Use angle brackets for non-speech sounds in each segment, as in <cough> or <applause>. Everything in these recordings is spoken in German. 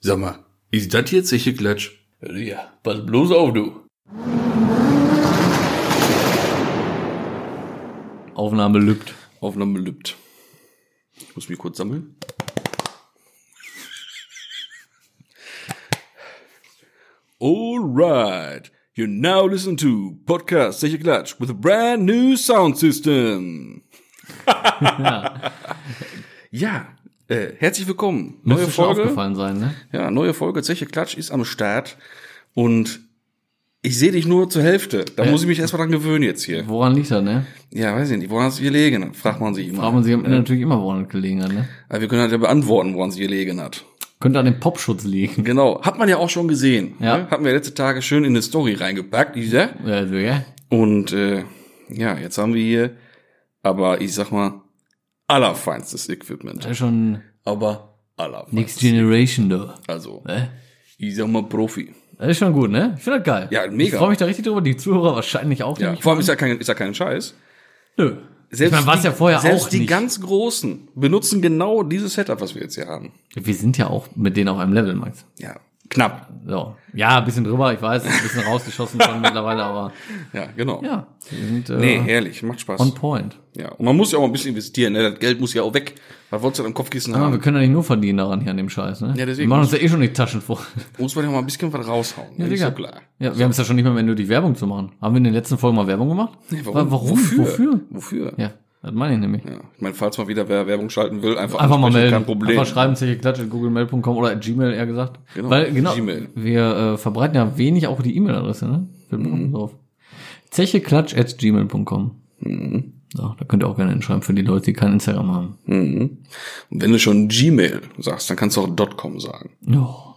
Sag mal, ist das jetzt sicher Klatsch? Ja, pass bloß auf, du. Aufnahme lübt. Aufnahme lübt. Ich muss mich kurz sammeln. Alright. You now listen to Podcast Sicher Klatsch with a brand new sound <laughs> system. ja, äh, herzlich willkommen. Neue Müsste schon Folge. aufgefallen sein, ne? Ja, neue Folge Zeche Klatsch ist am Start und ich sehe dich nur zur Hälfte. Da muss ich mich erstmal dran gewöhnen jetzt hier. Woran liegt das, ne? Ja, weiß ich nicht. Woran hat es gelegen? hat, Fragt man sich immer. Fragt man sich am Ende natürlich immer, woran das gelegen hat, ne? Aber wir können halt ja beantworten, woran es gelegen hat. Könnte an dem Popschutz liegen. Genau. Hat man ja auch schon gesehen. Ja. Ne? Hatten wir letzte Tage schön in eine Story reingepackt, dieser. Also, ja. Und äh, ja, jetzt haben wir hier, aber ich sag mal, allerfeinstes Equipment. Das ist schon Aber allerfeinstes. Next Generation, da. Also, Ne? ich sag mal Profi. Das ist schon gut, ne? Ich finde das geil. Ja, mega. Ich freue mich da richtig drüber, die Zuhörer wahrscheinlich auch. Ja, nämlich- vor allem ist ja kein, ist ja kein Scheiß. Nö. Selbst ich meine, war's die- ja vorher selbst auch die nicht. ganz Großen benutzen genau dieses Setup, was wir jetzt hier haben. Wir sind ja auch mit denen auf einem Level, Max. Ja, knapp. So. Ja, ein bisschen drüber, ich weiß, ein bisschen rausgeschossen schon <laughs> mittlerweile, aber Ja, genau. ja, wir sind äh, Nee, herrlich, macht Spaß. on point. ja, und man muss ja auch ein bisschen investieren, ne? das Geld muss ja auch weg. Was wolltest du denn am Kopfkissen Ja, haben? wir können ja nicht nur verdienen daran hier an dem Scheiß, ne? Ja, deswegen. Wir machen uns ja eh schon die Taschen voll. Muss man ja mal ein bisschen was raushauen. Ja, ist Digga. so klar. Ja, wir haben es ja schon nicht mehr nötig, Werbung zu machen. Haben wir in den letzten Folgen mal Werbung gemacht? Nee, Warum? Warum? Wofür? Wofür? Wofür? Ja. Ja, das meine ich nämlich. Ich meine, falls mal wieder wer Werbung schalten will, einfach, Einfach mal ansprechen, melden. Kein Problem. Einfach schreiben, zeche googlemail.com oder at gmail eher gesagt. Genau, Weil, genau, Gmail. wir äh, verbreiten ja wenig auch die E-Mail-Adresse, ne? Wir mhm. drauf. Zecheklatsch at gmail.com. So, da könnt ihr auch gerne hinschreiben für die Leute, die kein Instagram haben. Mhm. Und wenn du schon Gmail sagst, dann kannst du auch .com sagen. Oh.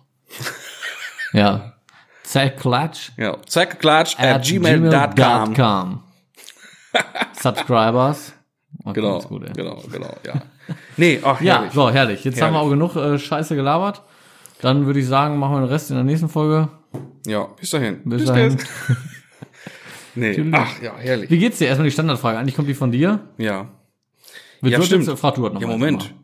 ja. Zecheklatsch Ja, zack, klatsch at, gmail.com. gmail.com. Subscribers. Oh, Genau, ganz Gut, ey. genau, genau, ja. Nee, ach, Ja, herrlich. so, herrlich. Jetzt haben wir auch Herrlich. genug äh, Scheiße gelabert. Dann würde ich sagen, machen wir den Rest in der nächsten Folge. Ja, bis dahin. Bis dahin. gleich. <laughs> Nee. Ach ja, herrlich. Wie geht's dir? Erstmal die Standardfrage. Eigentlich kommt die von dir. Ja. Wird Ja, so stimmt. jetzt- Frag du halt noch Ja, mal Moment. erstmal.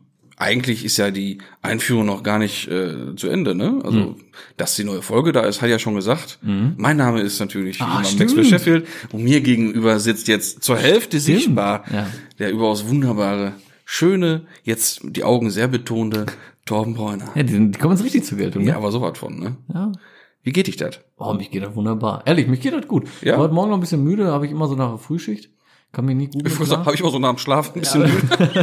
Eigentlich ist ja die Einführung noch gar nicht äh, zu Ende, ne? Also, Mhm. dass die neue Folge da ist, hat ja schon gesagt. Mein Name ist natürlich Ah, wie immer stimmt. Maxwell Sheffield und mir gegenüber sitzt jetzt zur Hälfte sichtbar Ja. der überaus wunderbare, schöne, jetzt die Augen sehr betonte Torben Bräuner. Ja, die, sind- die kommen jetzt richtig zur Geltung. Ja, Ja. aber sowas von, ne? ja. Wie geht dich das? Oh, mich geht das wunderbar. Ehrlich, mich geht das gut. Ja. Ich war heute Morgen noch ein bisschen müde, habe ich immer so nach der Frühschicht. Kann mich nicht gut mit klar. Habe ich mal so nach dem Schlafen ein bisschen müde?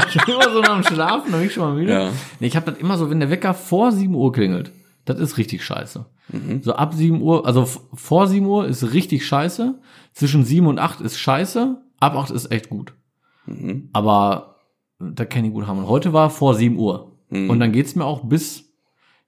ich bin immer so nach dem Schlafen, da bin ich schon mal müde. Ja. Nee, ich habe das immer so, wenn der Wecker vor 7 Uhr klingelt, das ist richtig scheiße. So ab 7 Uhr, also f- vor 7 Uhr ist richtig scheiße, zwischen 7 und 8 ist scheiße, ab 8 ist echt gut. Mhm. Aber da kann ich gut haben. Und heute war vor 7 Uhr. Mhm. Und dann geht's mir auch bis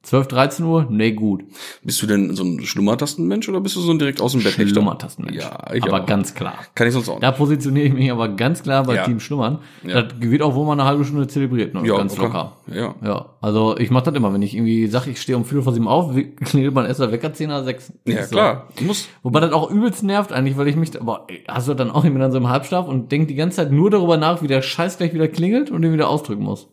12, 13 Uhr, nee, gut. Bist du denn so ein Schlummertastenmensch oder bist du so ein direkt aus dem Bett Schlummertastenmensch. Ja, ich aber auch. ganz klar. Kann ich sonst auch nicht. Da positioniere ich mich aber ganz klar bei Ja. Team Schlummern. Ja. Das wird auch wohl mal eine halbe Stunde zelebriert, ne? ganz okay. locker. Ja. Ja, also ich mache das immer, wenn ich irgendwie sage, ich stehe um Viertel vor sieben auf, wie- <laughs> klingelt mein erster Wecker 10 nach 6. Ja, klar. Muss. Wobei das auch übelst nervt eigentlich, weil ich mich, da- aber ey, hast du das dann auch immer dann so im Halbschlaf und denk die ganze Zeit nur darüber nach, wie der Scheiß gleich wieder klingelt und den wieder ausdrücken muss.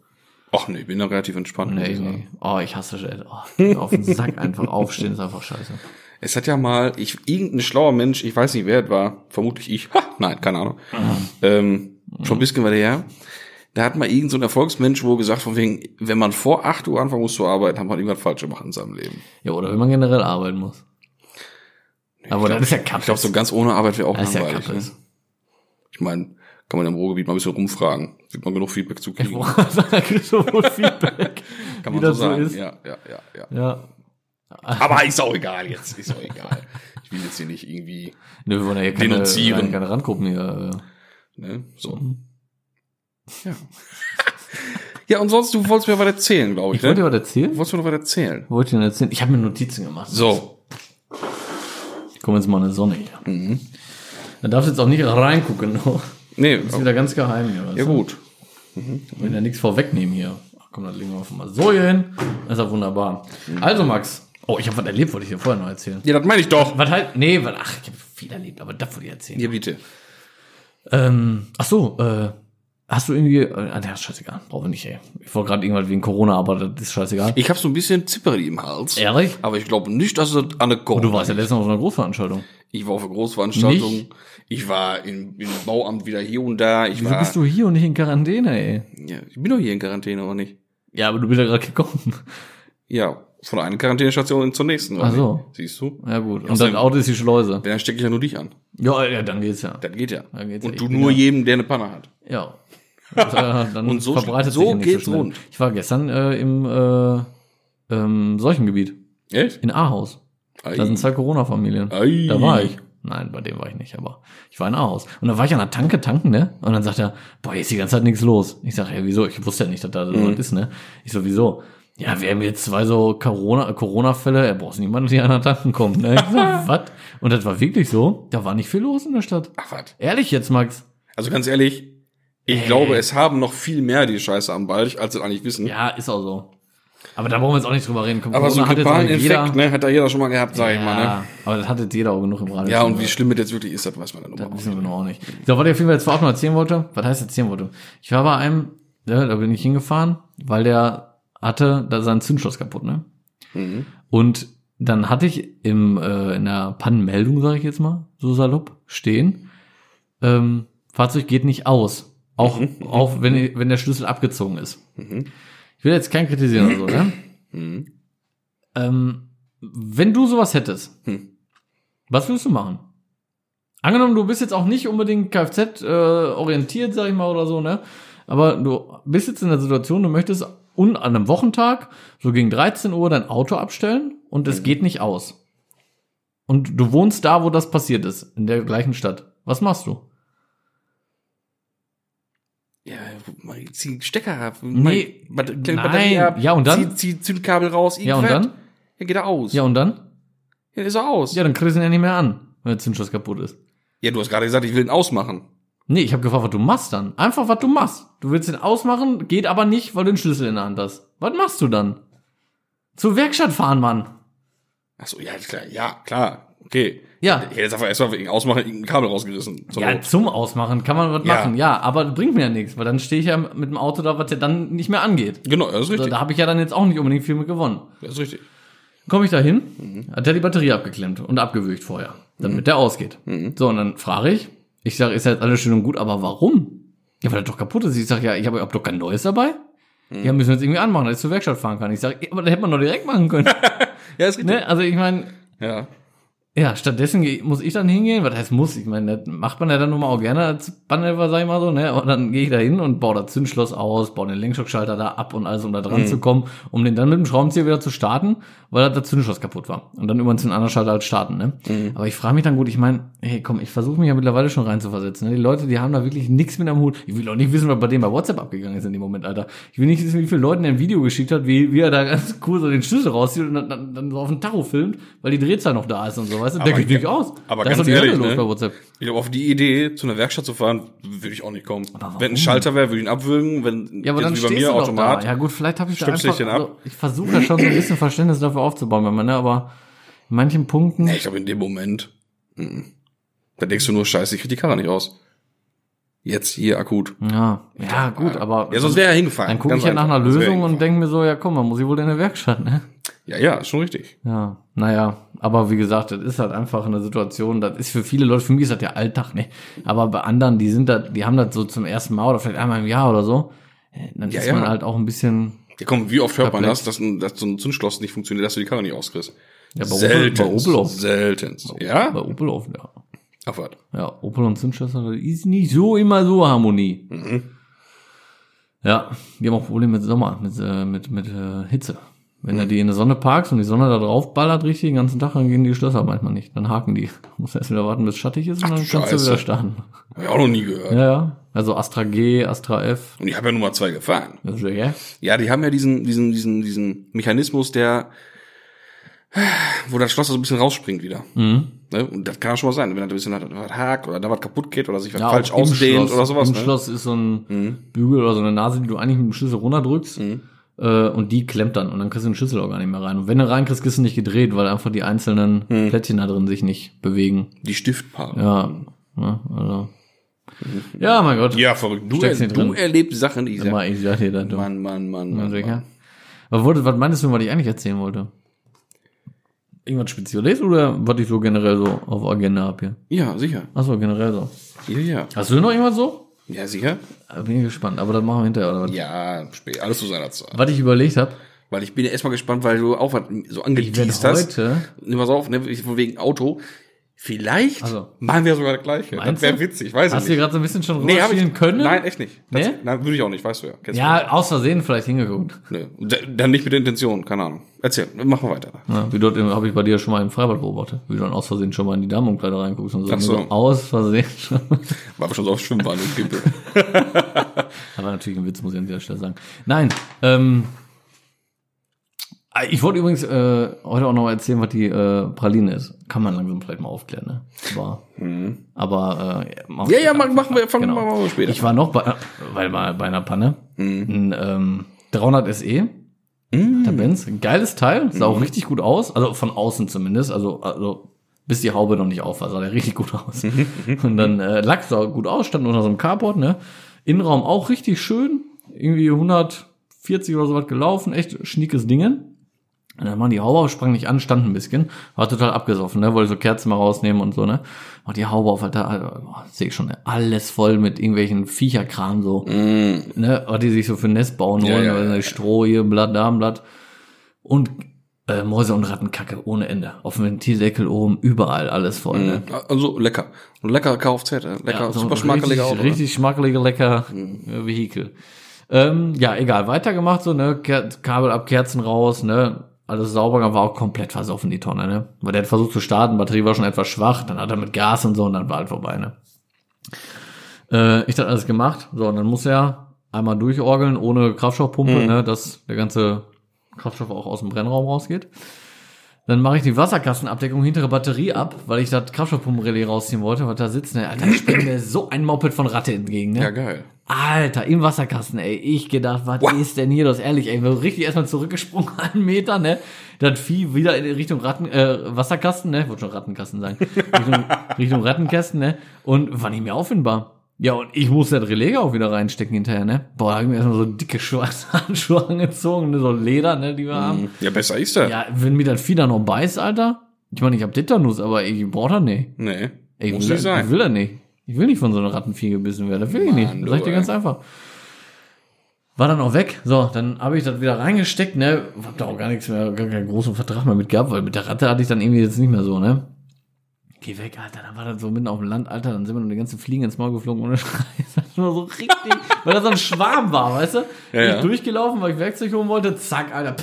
Ach nee, ich bin da relativ entspannt. muss Nee, ich sagen. nee. Oh, ich hasse das. ey. Oh, geht mir auf den Sack einfach aufstehen ist einfach scheiße. Es hat ja mal, ich, irgendein schlauer Mensch, ich weiß nicht, wer es war, vermutlich ich, ha, nein, keine Ahnung, Mhm. ähm, schon ein bisschen weiter her, da hat mal irgendein so ein Erfolgsmensch wohl gesagt, von wegen, wenn man vor 8 Uhr anfangen muss zu arbeiten, hat man irgendwas falsch gemacht in seinem Leben. Ja, oder wenn man generell arbeiten muss. aber das ist ja Ich Kappes. glaube, so ganz ohne Arbeit wäre auch das ist ja langweilig. ne? Kappes. Ich meine, kann man im Ruhrgebiet mal ein bisschen rumfragen, wird man genug Feedback zu kriegen. <laughs> Boah, da kriegst du also wohl Feedback. Kann wie man so das so sagen. ist. Ja, ja, ja, ja. Ja. Aber ist auch egal jetzt. Ist auch egal. Ich will jetzt hier nicht irgendwie, Nö, wir wollen ja hier keine, Denunzieren. keine, keine Randgruppen hier. äh, ne? So. Ja. ja, und sonst, du wolltest mir was erzählen, glaube ich, Ich wollte ne? dir was erzählen. Du wolltest mir noch was erzählen. Wollte ich denn erzählen? Ich habe mir Notizen gemacht. So. Komm jetzt mal in die Sonne hier. Da darfst du jetzt auch nicht reingucken. noch. Nee, Ist wieder ganz geheim hier. weißt ja du? gut. Ich will ja nichts vorwegnehmen hier. Ach komm, dann legen wir einfach mal so hier hin. Das ist ja wunderbar. Also Max. Oh, ich habe was erlebt, wollte ich dir vorher noch erzählen. Ja, das meine ich doch. Was halt, nee, weil, ach, ich habe viel erlebt, aber das wollte ich erzählen. Ja, bitte. Ähm, ach so, äh, Hast du irgendwie, äh, ah, der ist scheißegal, brauchen wir nicht, ey. Ich wollte gerade irgendwas wegen Corona, aber das ist scheißegal. Ich habe so ein bisschen Zipperi im Hals. Ehrlich? Aber ich glaube nicht, dass es an der Du warst ja letztens auf einer Großveranstaltung. Ich war auf eine Großveranstaltung. Nicht? Ich war im, im Bauamt wieder hier und da. Ich Wieso war, bist du hier und nicht in Quarantäne, ey? Ja, ich bin doch hier in Quarantäne, oder nicht? Ja, aber du bist ja gerade gekommen. Ja, von einer Quarantänestation zur nächsten. oder Ach so. nicht? Siehst du? Ja gut. Und Außerdem- dein Auto ist die Schleuse. Dann stecke ich ja nur dich an. Ja, ja, dann geht's ja. Das geht ja. Dann geht's und ja. du Ich bin nur ja- jedem, der eine Panne hat. Ja. Und, <laughs> äh, dann Und so verbreitet schl- sich so ja nicht geht's schnell. rund. Ich war gestern äh, im äh, ähm, solchen Gebiet Echt? in Ahaus. Ei. Da sind zwei Corona-Familien. Ei. Da war ich. Nein, bei dem war ich nicht, aber ich war in Ahaus. Und da war ich an der Tanke tanken, ne? Und dann sagt er, boah, hier ist die ganze Zeit nichts los. Ich sag, ja, wieso? Ich wusste ja nicht, dass da so Mhm. was ist, ne? Ich so, wieso? Ja, wir haben jetzt zwei so Corona- Corona-Fälle, er braucht niemanden, der an der Tanken kommt, ne? Ich <laughs> sag, was? Und das war wirklich so, da war nicht viel los in der Stadt. Ach, was? Ehrlich jetzt, Max? Also ganz ehrlich, ich glaube, es haben noch viel mehr die Scheiße am Ball, als sie eigentlich wissen. Ja, ist auch so. Aber da brauchen wir jetzt auch nicht drüber reden. Komm, Aber so einen Corona hat jetzt auch grippalen jeder. Infekt, ne, hat da jeder schon mal gehabt, sag ich mal, ne? Ja, aber das hat jetzt jeder auch genug im Radio. Ja, und wie schlimm das jetzt wirklich ist, das weiß man dann Das überhaupt wissen nicht. wir noch auch nicht. So, was ich auf jeden Fall jetzt vorab noch erzählen wollte, was heißt erzählen wollte? Ich war bei einem, ja, da bin ich hingefahren, weil der hatte da sein Zündschloss kaputt, ne? Mhm. Und dann hatte ich im, äh, in der Pannenmeldung, sage ich jetzt mal, so salopp, stehen, ähm, Fahrzeug geht nicht aus. Auch, auch wenn, wenn der Schlüssel abgezogen ist. Mhm. Ich will jetzt keinen kritisieren oder so, ne? Mhm. <clears throat> Ähm, wenn du sowas hättest, Hm. was würdest du machen? Angenommen, du bist jetzt auch nicht unbedingt Kfz-orientiert, sag ich mal, oder so, ne? Aber du bist jetzt in der Situation, du möchtest un an einem Wochentag, so gegen 13 Uhr, dein Auto abstellen und es geht nicht aus. Und du wohnst da, wo das passiert ist, in der gleichen Stadt. Was machst du? Ja, mal zieh einen Stecker ab. Nee, mal, mal, nein. Ja, und dann? Zieh, zieh Zündkabel raus, Ja, und irgendwas. dann? Ja, geht er aus. Ja, und dann? ja ist er aus. Ja, dann kriegst du ihn ja nicht mehr an, wenn der Zündschloss kaputt ist. Ja, du hast gerade gesagt, ich will ihn ausmachen. Nee, ich habe gefragt, was du machst dann. Einfach, was du machst. Du willst ihn ausmachen, geht aber nicht, weil du den Schlüssel in der Hand hast. Was machst du dann? Zur Werkstatt fahren, Mann. Ach so, ja, klar, ja, klar, okay. Ja. Ich hätte jetzt einfach erstmal wegen Ausmachen irgendein Kabel rausgerissen. So. Ja, zum Ausmachen kann man was Ja. machen, ja, aber das bringt mir ja nichts, weil dann stehe ich ja mit dem Auto da, was ja dann nicht mehr angeht. Genau, das ist Also, richtig. da habe ich ja dann jetzt auch nicht unbedingt viel mit gewonnen. Das ist richtig. Komme ich da hin, hat er die Batterie abgeklemmt und abgewürgt vorher, damit der ausgeht. So, und dann frage ich, ich sage, ist ja jetzt alles schön und gut, aber warum? Ja, weil er doch kaputt ist. Ich sage, ja, ich habe hab doch kein neues dabei. Ja, müssen wir jetzt irgendwie anmachen, dass ich zur Werkstatt fahren kann. Ich sage, aber da hätte man doch direkt machen können. <laughs> Ja, ist richtig. ne? Also ich meine, Ja. ja, stattdessen geh- muss ich dann hingehen. Was heißt muss? Ich meine, das macht man ja dann nun mal auch gerne als Bannhelfer, sag ich mal so, ne? Und dann gehe ich da hin und baue das Zündschloss aus, baue den Lenkstockschalter da ab und alles, um da dran zu kommen, um den dann mit dem Schraubenzieher wieder zu starten, weil das Zündschloss kaputt war. Und dann über einen Zündanschalter halt starten, ne? Mhm. Aber ich frage mich dann gut, ich meine, hey, komm, ich versuche mich ja mittlerweile schon reinzuversetzen. Ne? Die Leute, die haben da wirklich nichts mit am Hut. Ich will auch nicht wissen, was bei dem bei WhatsApp abgegangen ist in dem Moment, Alter. Ich will nicht wissen, wie viele Leuten der ein Video geschickt hat, wie, wie er da ganz cool so den Schlüssel rauszieht und dann, dann, dann so auf den Tacho filmt, weil die Drehzahl noch da ist und so, weißt du? Da Aber geht ga- nicht aus. aber da ist ganz doch die Hölle ehrlich, los ne? bei WhatsApp. Ich glaube, auf die Idee, zu einer Werkstatt zu fahren, würde ich auch nicht kommen. warum? Wenn ein Schalter wäre, würde ich ihn abwürgen. Wenn Ja, aber dann jetzt wie bei stehst mir du doch da. Automat. Ja gut, vielleicht habe ich da Stimmst du einfach, dich denn ab? also, ich versuche ja schon so ein bisschen Verständnis dafür aufzubauen, wenn man, ne, aber in manchen Punkten, Ich glaube, in dem Moment, mhm. da denkst du nur, scheiße, ich krieg die Karre nicht aus. Jetzt, hier, akut. ja, ja gut, aber Ja, sonst wäre er hingefahren. dann gucke Ganz ich ja nach einfach. einer Sonst wär er Lösung und hingefahren. denke mir so, ja komm, man muss ich wohl in der Werkstatt, ne? Ja, ja, ist schon richtig. Ja, naja, aber wie gesagt, das ist halt einfach eine Situation, das ist für viele Leute, für mich ist das ja Alltag, ne? Aber bei anderen, die sind da, die haben das so zum ersten Mal oder vielleicht einmal im Jahr oder so, äh, dann Ja, ist ja. man halt auch ein bisschen, Ja, komm, wie oft hört man Perplex. das, dass, ein, dass so ein Zündschloss nicht funktioniert, dass du die Karre nicht auskriegst? Ja, bei Opel- selten. bei Opel auch. selten. bei Ja? Opel offen, ja. Ach, warte. Ja, Opel und Zündschlösser, das ist nicht so immer so Harmonie. Mhm. Ja, wir haben auch Probleme mit Sommer, mit, äh, mit, mit äh, Hitze. Wenn Mhm. du die in der Sonne parkst und die Sonne da drauf ballert richtig den ganzen Tag, dann gehen die Schlösser manchmal nicht. Dann haken die. <laughs> Muss erst wieder warten, bis es schattig ist und Ach, dann du kannst du Scheiße. wieder starten. Hab ich auch noch nie gehört. Ja, ja. Also Astra G, Astra F. Und ich habe ja Nummer zwei gefahren. Das ist ja, geil. Ja, die haben ja diesen, diesen, diesen, diesen Mechanismus, der, wo das Schloss so ein bisschen rausspringt wieder. Mhm. Ne? Und das kann ja schon mal sein, wenn da ein bisschen hat- was hakt oder da was kaputt geht oder sich was ja falsch auch im ausdehnt Schloss. oder sowas. Im Ne? Mhm. Schloss ist so ein Bügel oder so eine Nase, die du eigentlich mit dem Schlüssel runterdrückst. Äh, und die klemmt dann. Und dann kriegst du den Schlüssel auch gar nicht mehr rein. Und wenn du reinkriegst, kriegst du nicht gedreht, weil einfach die Mhm. einzelnen Plättchen da drin sich nicht bewegen. Die Stiftpaare. Ja. ja also. Ja, mein Gott. Mhm. Ja, verrückt. Du, Steck's er, nicht du drin. erlebst Sachen, die ich sag. Mal, halt ich sag dir das. du. Mann, Mann, Mann, Mal Mann. sicher. Mann. Aber wurde, was meinst du, was ich eigentlich erzählen wollte? Irgendwas Spezielles oder was ich so generell so auf Agenda habe hier? Ja, sicher. Achso, generell so. Ja, ja. Hast du noch irgendwas so? Ja, sicher. Ah, Bin ich gespannt, aber das machen wir hinterher, oder was? Ja, spät. Alles zu seiner Zeit. Was ich überlegt habe, Weil ich bin ja erstmal gespannt, weil du auch was so ich werde angeteased hast. heute, Nimm mal auf, ne? von wegen Auto. Vielleicht Also. machen wir sogar das gleiche. Meinst das wäre du? witzig, weiß hast ich du nicht. hier gerade so ein bisschen schon hab rüberspielen können? Nein, echt nicht. Das, Nee? Nein, würde ich auch nicht, weißt du ja. Kennst Ja, aus Versehen vielleicht hingeguckt. du. Nee. D- Dann nicht mit der Intention, keine Ahnung. Erzähl, machen wir weiter. Ja, wie dort habe ich bei dir schon mal im Freibad beobachtet, wie du dann aus Versehen schon mal in die Damenumkleider reinguckst und so. Ach so. Und Aus Versehen <laughs> schon. Weil wir schon so oft schwimmen waren und <laughs> Gimpel. Aber natürlich ein Witz, muss ich an dieser Stelle sagen. Nein, ähm, Ah, ich wollte übrigens äh, heute auch noch mal erzählen, was die äh, Praline ist. Kann man langsam vielleicht mal aufklären, ne? Aber, aber äh, Mhm. Ja, machen wir ja, später. machen, machen wir, fangen Genau. wir mal später. Mhm. Ich war noch bei, äh, weil mal bei einer Panne. Ein ähm, 300 SE. Der Benz. Ein Geiles Teil. Sah Mhm. auch richtig gut aus. Also von außen zumindest. Also, also bis die Haube noch nicht auf war, sah der richtig gut aus. Mhm. Und dann äh, Lack sah gut aus, stand unter so einem Carport. Ne? Innenraum auch richtig schön. Irgendwie 140 oder so was gelaufen. Echt schniekes Dingen. Und dann waren die Haube auf, sprang nicht an, stand ein bisschen, war total abgesoffen, ne, wollte so Kerzen mal rausnehmen und so, ne. Und die Haube auf, Alter, Alter, also, boah, sehe ich schon, ne? alles voll mit irgendwelchen Viecherkram, so, Mm, ne, was die sich so für ein Nest bauen Ja, wollen, ja, oder ja, ne, Stroh hier, Blatt, da, ein Blatt. Und, äh, Mäuse und Rattenkacke, ohne Ende. Auf dem Ventildeckel oben, überall, alles voll, ne. Also lecker. Und lecker KFZ, äh, lecker, Ja, so ein super schmackeliger richtig, Auto. ne? Richtig schmackelige, lecker äh, Vehikel. Ähm, ja, egal, weitergemacht, so, ne, Ker Kabel ab, Kerzen raus, ne, alles sauber, war auch komplett versoffen, die Tonne, ne, weil der hat versucht zu starten, Batterie war schon etwas schwach, dann hat er mit Gas und so und dann war halt vorbei, ne. Äh, ich hab alles gemacht, so, und dann muss er einmal durchorgeln, ohne Kraftstoffpumpe, ne, dass der ganze Kraftstoff auch aus dem Brennraum rausgeht. Dann mache ich die Wasserkastenabdeckung, hintere Batterie ab, weil ich das Kraftstoffpumpenrelais rausziehen wollte, was da sitzt. Ne? Alter, springt mir so ein Moped von Ratte entgegen. Ne? Ja, geil. Alter, im Wasserkasten, ey. Ich gedacht, was ist denn hier los? Ehrlich, ey, wir sind richtig erstmal zurückgesprungen, <laughs> einen Meter, ne? Dann Vieh wieder in Richtung Ratten, äh, Wasserkasten, ne? Wollte schon Rattenkasten sagen. Richtung, Richtung Rattenkästen, ne? Und war nicht mehr auffindbar. Ja, und ich musste das Relais auch wieder reinstecken hinterher, ne? Boah, da hab ich mir erstmal so dicke schwarze <laughs> Handschuhe angezogen, ne? so Leder, ne, die wir haben. Mm. Ja, besser ist er. Ja, wenn mir das Vieh da noch beißt, Alter. Ich meine, ich hab Tetanus, aber ich brauch das nicht. Nee. Ich muss will, nicht das- sein. ich will das nicht. Ich will nicht von so einer Rattenvieh gebissen werden. Das will ich Mann, nicht. Das sag ich du, dir ganz einfach. War dann auch weg. So, dann habe ich das wieder reingesteckt, ne? Hab da auch gar nichts mehr, gar keinen großen Vertrag mehr mit gehabt, weil mit der Ratte hatte ich dann irgendwie jetzt nicht mehr so, ne? Geh weg, Alter. Dann war das so mitten auf dem Land, Alter. Dann sind wir nur die ganzen Fliegen ins Maul geflogen ohne <laughs> Scheiß. Das war so richtig, weil das so ein Schwarm war, weißt du? Ja, ich ja. durchgelaufen, weil ich Werkzeug holen wollte. Zack, Alter.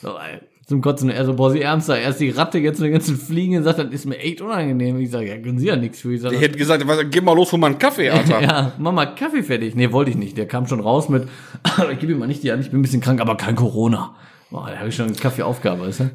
So, ey. Zum Kotzen. Er so, boah, sie ernster. Erst die Ratte, jetzt mit den ganzen Fliegen. Er sagt, das ist mir echt unangenehm. Ich sage, ja, können Sie ja nichts für. Ich sag, Ich hätte gesagt, was, geh mal los für mal einen <laughs> Kaffee, Alter. ja, mach mal Kaffee fertig. Nee, wollte ich nicht. Der kam schon raus mit, <clears throat> ich gebe ihm mal nicht die Hand, ich bin ein bisschen krank, aber kein Corona. Boah, da habe ich schon eine Kaffeeaufgabe, weißt du?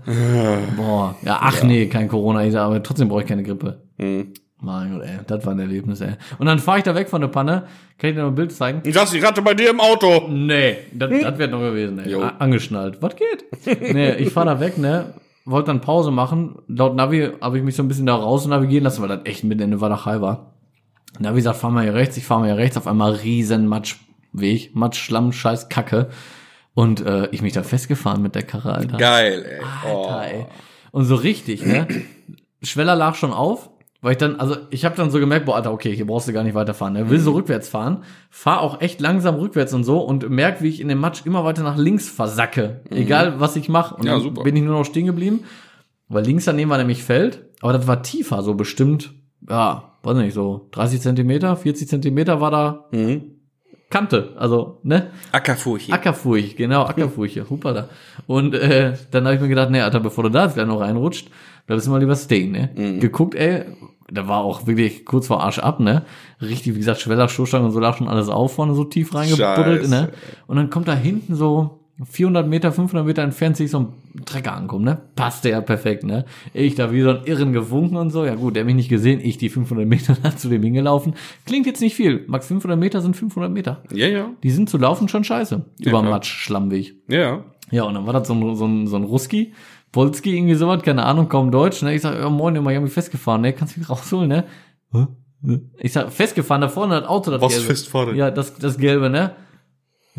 Boah, ja, ach nee, kein Corona. Ich sag, aber trotzdem brauche ich keine Grippe. Mein Gott, ey, das war ein Erlebnis, ey. Und dann fahre ich da weg von der Panne. Kann ich dir noch ein Bild zeigen? Ich saß die Ratte bei dir im Auto. Nee, das, das wäre noch gewesen, ey. Jo. A- Angeschnallt. Was geht? Nee, ich fahr da weg, ne? Wollte dann Pause machen. Laut Navi habe ich mich so ein bisschen da raus navigieren lassen, weil das echt mitten in der Walachei war. Navi sagt, fahr mal hier rechts, ich fahr mal hier rechts. Auf einmal riesen Matschweg. Matsch, Schlamm, Scheiß, Kacke. Und äh, ich mich da festgefahren mit der Karre, Alter. Geil, ey. Alter, ey. Und so richtig, ne? Schweller lag schon auf, weil ich dann, also ich habe dann so gemerkt, boah, Alter, okay, hier brauchst du gar nicht weiterfahren. Ne? Will so rückwärts fahren, fahr auch echt langsam rückwärts und so und merk, wie ich in dem Matsch immer weiter nach links versacke. Egal, was ich mache. Und Ja, dann super. bin ich nur noch stehen geblieben, weil links daneben war nämlich Feld, aber das war tiefer, so bestimmt, ja, weiß nicht, so 30 Zentimeter, 40 Zentimeter war da Oh. Mhm. Kante. Also, ne? Ackerfurche. Ackerfurch, genau, Ackerfurche, hupala. Und äh, dann habe ich mir gedacht, nee, Alter, bevor du da jetzt gleich noch reinrutscht, bleibst du mal lieber stehen, ne? Geguckt, ey, da war auch wirklich kurz vor Arsch ab, ne? Richtig, wie gesagt, Schweller, Stoßstangen und so lag schon alles auf vorne, so tief reingebuddelt, Scheiße, ne? Und dann kommt da hinten so 400 Meter, 500 Meter entfernt sich so ein Trecker ankommen, ne? Passte ja perfekt, ne? Ich da wie so ein Irren gewunken und so. Ja gut, der hat mich nicht gesehen. Ich die 500 Meter <laughs> da zu dem hingelaufen. Klingt jetzt nicht viel. Max, 500 Meter sind 500 Meter. Ja, ja. Die sind zu laufen schon scheiße. Über klar. Matsch, Schlammweg. Ja. Ja, und dann war das so ein, so ein, so ein Ruski, Polski, irgendwie sowas, keine Ahnung, kaum Deutsch. Ne? Ich sag, ja, moin, Junge, ich hab mich festgefahren, ne? kannst mich rausholen, ne? Hä? Ich sag, festgefahren, da vorne das Auto, das Was Gelbe. festfahren? Ja, das, das Gelbe, ne?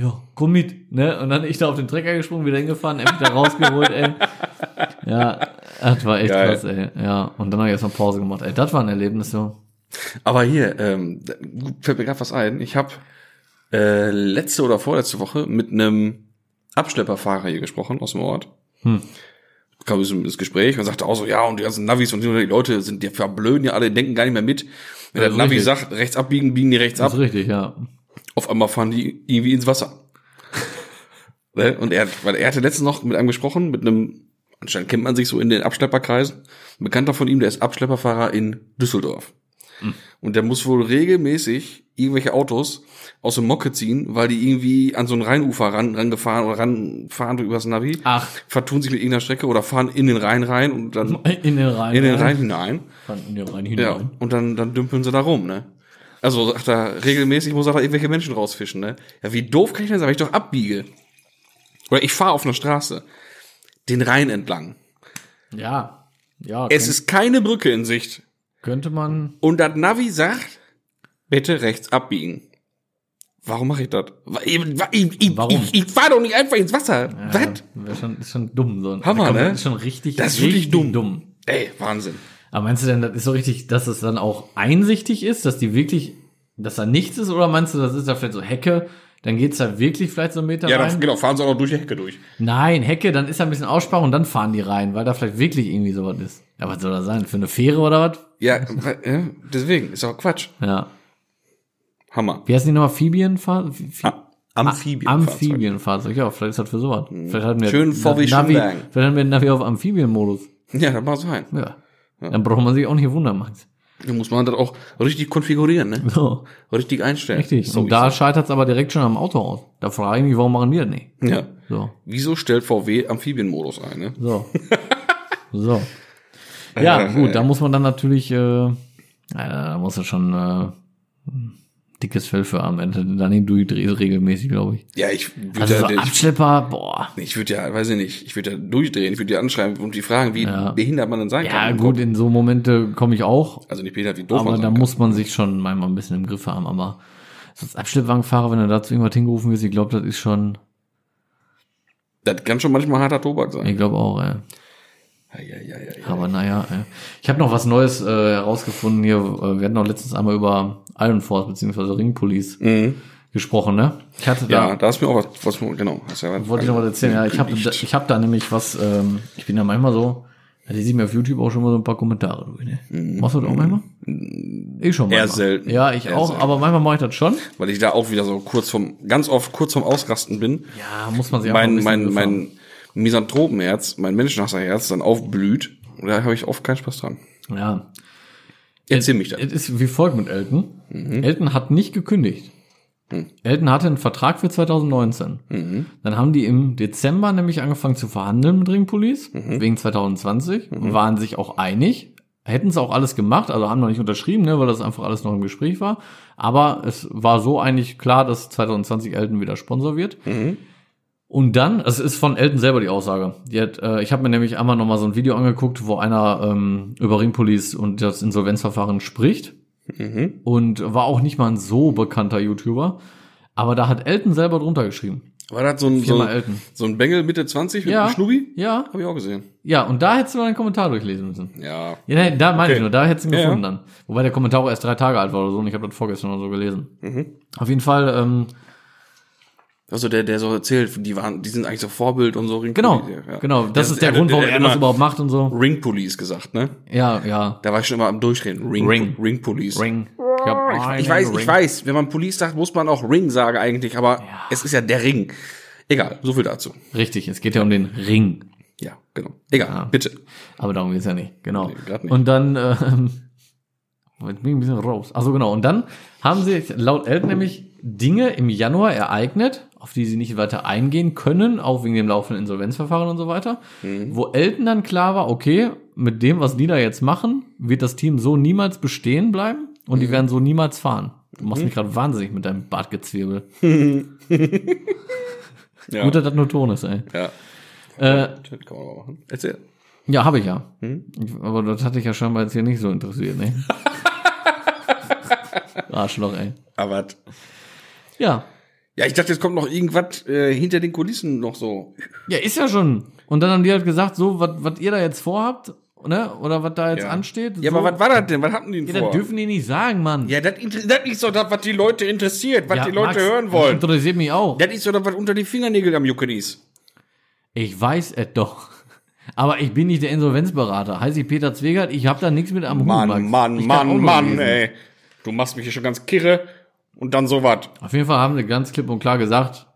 Ja, komm mit, ne? Und dann ich da auf den Trecker gesprungen, wieder hingefahren, er mich da rausgeholt, ey. Ja, das war echt Geil. krass, ey. Ja, und dann habe ich erstmal Pause gemacht, ey. Das war ein Erlebnis, so. Aber hier, ähm, da- gut, fällt mir gerade was ein. Ich habe äh, letzte oder vorletzte Woche mit einem Abschlepperfahrer hier gesprochen aus dem Ort. Hm. Kam so ins Gespräch und sagte auch so, ja, und die ganzen Navis und die Leute sind ja verblöden ja alle, die denken gar nicht mehr mit. Wenn Ja, der Navi richtig. sagt, rechts abbiegen, biegen die rechts Das ab. ist richtig, ja. Auf einmal fahren die irgendwie ins Wasser. Ne? und er, weil er hatte letztens noch mit einem gesprochen, mit einem, anscheinend kennt man sich so in den Abschlepperkreisen, ein Bekannter von ihm, der ist Abschlepperfahrer in Düsseldorf. Und der muss wohl regelmäßig irgendwelche Autos aus dem Mocke ziehen, weil die irgendwie an so ein Rheinufer ran, rangefahren oder ranfahren übers Navi, Ach, vertun sich mit irgendeiner Strecke oder fahren in den Rhein rein und dann in den Rhein. ne? in den Rhein hinein. In den Rhein Ja, hinein. und dann, dann dümpeln sie da rum, ne? Also sagt er, regelmäßig muss er da irgendwelche Menschen rausfischen, ne? Ja, wie doof kann ich denn sein, wenn ich doch abbiege? Oder ich fahre auf einer Straße. Den Rhein entlang. Ja. Ja, ja Es könnt- ist keine Brücke in Sicht. könnte man Und das Navi sagt, bitte rechts abbiegen. Warum mache ich das? Wa- Ich, wa- ich, ich, Warum? ich, ich fahre doch nicht einfach ins Wasser. Ja, Was? wär schon, ist schon dumm. So. ein- Hammer, Komm, ne? Das ist schon richtig, Das ist wirklich richtig dumm. Ey, Wahnsinn. Aber meinst du denn, das ist so richtig, dass es dann auch einsichtig ist, dass die wirklich, dass da nichts ist? Oder meinst du, das ist da vielleicht so Hecke? Dann geht's da wirklich vielleicht so einen Meter Ja, dann, rein? genau, fahren sie auch noch durch die Hecke durch. Nein, Hecke, dann ist da ein bisschen Aussparung und dann fahren die rein, weil da vielleicht wirklich irgendwie sowas ist. Ja, was soll das sein? Für eine Fähre oder was? Ja, wa- ja, deswegen, ist auch Quatsch. Ja. Hammer. Wie heißen die nochmal? Fibienfahrzeug? Ah, Amphibienfahrzeug. Amphibienfahrzeug, ja, vielleicht ist das für sowas. Vielleicht hatten wir Mhm. Schön VW Navi, Schönberg. vielleicht hatten wir einen Navi auf Amphibienmodus. Ja, dann mach so ein. Ja. Dann braucht man sich auch nicht wundern, Max. Da muss man das auch richtig konfigurieren, ne? So, Richtig einstellen. richtig. So und da scheitert es aber direkt schon am Auto aus. Da frage ich mich, warum machen wir das nicht? Ja. So, Wieso stellt VW Amphibienmodus ein, ne? so. <laughs> so. Ja, äh, gut, da muss man dann natürlich, äh, ja, da muss er schon äh, dickes Fell für haben. Wenn du Daneben durchdrehst regelmäßig, glaube ich. Ja, ich würde Also so ja, ich, Abschlepper, boah. ich würde ja, weiß ich nicht, ich würde ja durchdrehen, ich würde ja anschreiben und die fragen, wie Ja. behindert man denn sein Ja, kann. gut, in so Momente komme ich auch. Also nicht behindert, wie doof aber man da sein muss man sich schon manchmal ein bisschen im Griff haben. Aber so als Abschleppwagenfahrer, wenn du dazu irgendwas hingerufen wirst, ich glaube, das ist schon, kann. Das kann schon manchmal harter Tobak sein. ich glaube auch, äh, ey. Ja, ja, ja, ja, ja. Aber naja, ey. ich habe noch was Neues äh, herausgefunden hier. Äh, Wir hatten noch letztens einmal über Iron Force bzw. Ring Police Mhm. gesprochen, ne? Ich hatte da, Ja, da ist mir auch was, was genau. Hast ja wollte ich noch was erzählen. Ja, ich habe gekündigt. ich hab da nämlich was, ähm, ich bin ja manchmal so, ja, die sieht mir auf YouTube auch schon mal so ein paar Kommentare durch, ne? Machst du das auch manchmal? Ich schon Mhm. Eher manchmal. selten. Ja, ich Eher auch, selten. aber manchmal mache ich das schon. weil ich da auch wieder so kurz vom, ganz oft kurz vom Ausrasten bin. Ja, muss man sich einfach ein mein, bisschen mein, im Griff haben. mein Misanthropenherz, mein Menschenhasserherz dann aufblüht. Und da habe ich oft keinen Spaß dran. Ja, Erzähl mich das. Mhm. Es ist wie folgt mit Elton. Elton hat nicht gekündigt. Elton hatte einen Vertrag für 2019. Mhm. Dann haben die im Dezember nämlich angefangen zu verhandeln mit Ring Police wegen 2020 und waren sich auch einig. Hätten es auch alles gemacht, also haben noch nicht unterschrieben, ne, weil das einfach alles noch im Gespräch war. Aber es war so eigentlich klar, dass 2020 Elton wieder Sponsor wird. Mhm. Und dann, es ist von Elton selber die Aussage. Die hat, äh, ich habe mir nämlich einmal nochmal so ein Video angeguckt, wo einer ähm, über Ringpolice und das Insolvenzverfahren spricht. Mhm. Und war auch nicht mal ein so bekannter YouTuber. Aber da hat Elton selber drunter geschrieben. War das so ein, so, Firma Elton. so ein Bengel Mitte 20 mit äh, Ja. einem Schnubi? Ja, Habe ich auch gesehen. ja, und da hättest du mal einen Kommentar durchlesen müssen. Ja. Ja, nein, da meine Okay. ich nur, da hättest du ihn Ja, gefunden dann. Wobei der Kommentar auch erst drei Tage alt war oder so und ich habe das vorgestern oder so gelesen. Mhm. Auf jeden Fall, ähm, Also der, der so erzählt, die waren, die sind eigentlich so Vorbild und so Ring genau, Police, ja. genau, das Der- ist der, der- Grund, warum der- er der das immer überhaupt macht und so. Ring Police gesagt, ne? Ja, ja, Da war ich schon immer am Durchdrehen. Ring, Ring. Ring Police. Ring. Ich, hab Ich einen weiß, Ring. ich weiß, wenn man Police sagt, muss man auch Ring sagen eigentlich, aber es ist ja der Ring. Egal, so viel dazu. Richtig, es geht ja um den Ring. Ja, genau. Egal, Ah. bitte. Aber darum geht's ja nicht, genau. Nee, grad nicht. Und dann, ähm, jetzt bin ich ein bisschen raus. Achso, genau. Und dann haben sie laut Elton nämlich Dinge im Januar ereignet, auf die sie nicht weiter eingehen können, auch wegen dem laufenden Insolvenzverfahren und so weiter. Mhm. Wo Elton dann klar war, okay, mit dem, was die da jetzt machen, wird das Team so niemals bestehen bleiben und Mhm. die werden so niemals fahren. Du machst mich gerade wahnsinnig mit deinem Bartgezwirbel. <laughs> <laughs> Ja. Gut, dass das nur Ton ist, ey. ja. Äh, Das kann man mal machen. Erzähl. Hm? <laughs> Ja, habe ich ja. Ich- Aber das hatte ich ja scheinbar jetzt hier nicht so interessiert, ne? Arschloch, ey. Aber t- Ja. Ah, ja, ich dachte, jetzt kommt noch irgendwas äh, hinter den Kulissen noch so. Ja, ist ja schon. Und dann haben die halt gesagt, so, was was ihr da jetzt vorhabt, ne? Oder was da jetzt Ja. ansteht. Ja, so. aber was war das denn? Was hatten die denn Ja, das vor? dürfen die nicht sagen, Mann. ja, das, inter- das ist doch das, was die Leute interessiert, was Ja, die Leute Max, hören wollen. Das interessiert mich auch. Das ist doch das, was unter die Fingernägel am Jucken ist. Ich weiß es doch. Aber ich bin nicht der Insolvenzberater. Heißt ich Peter Zwegert, ich habe da nichts mit am Hut. Max. Mann, Mann, Ich kann auch Mann, nur Mann, lesen. ey. Du machst mich hier schon ganz kirre und dann so was. Auf jeden Fall haben sie ganz klipp und klar gesagt,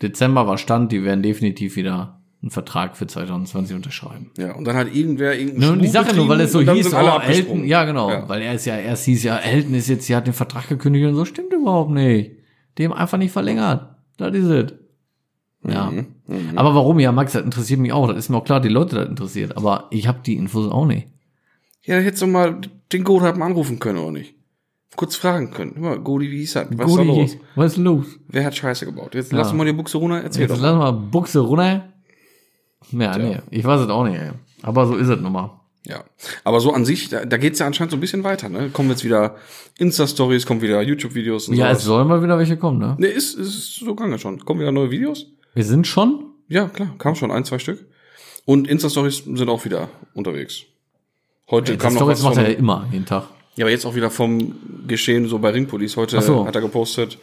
Dezember war Stand, die werden definitiv wieder einen Vertrag für 2020 unterschreiben. Ja, und dann hat irgendwer irgendeinen Nur die Schmuck Sache nur, betrieben weil es so und dann hieß, sind alle oh, abgesprungen. Elton, ja genau, Ja. weil er ist ja, erst hieß ja, Elton ist jetzt, sie hat den Vertrag gekündigt und so, stimmt überhaupt nicht. Dem einfach nicht verlängert. Das ist es. Ja. Mhm. Aber warum? Ja, Max, das interessiert mich auch. Das ist mir auch klar, die Leute das interessiert. Aber ich habe die Infos auch nicht. Ja, dann hättest du mal den Goldhaben anrufen können, oder nicht? Kurz fragen können. Hör mal, Godi, wie hieß das? Was ist da Gudi, los? Was ist los? Wer hat Scheiße gebaut? Jetzt Ja. lass mal die Buchse runter, erzähl Jetzt doch. lass mal Buchse runter. Ja, nee, ich weiß es auch nicht, ey. Aber so ist es nun mal. Ja. Aber so an sich, da, da geht's ja anscheinend so ein bisschen weiter, ne? Kommen jetzt wieder Insta-Stories, kommen wieder YouTube-Videos und Ja, also- es sowas. sollen mal wieder welche kommen, ne? Ne, ist, ist so gegangen schon. Kommen wieder neue Videos? Wir sind schon. Ja, klar, kam schon ein, zwei Stück. Und Insta-Stories sind auch wieder unterwegs. Heute kam Das noch doch, was jetzt macht vom, er ja immer, jeden Tag. Ja, aber jetzt auch wieder vom Geschehen so bei Ringpolice. Heute Ach so. hat er gepostet.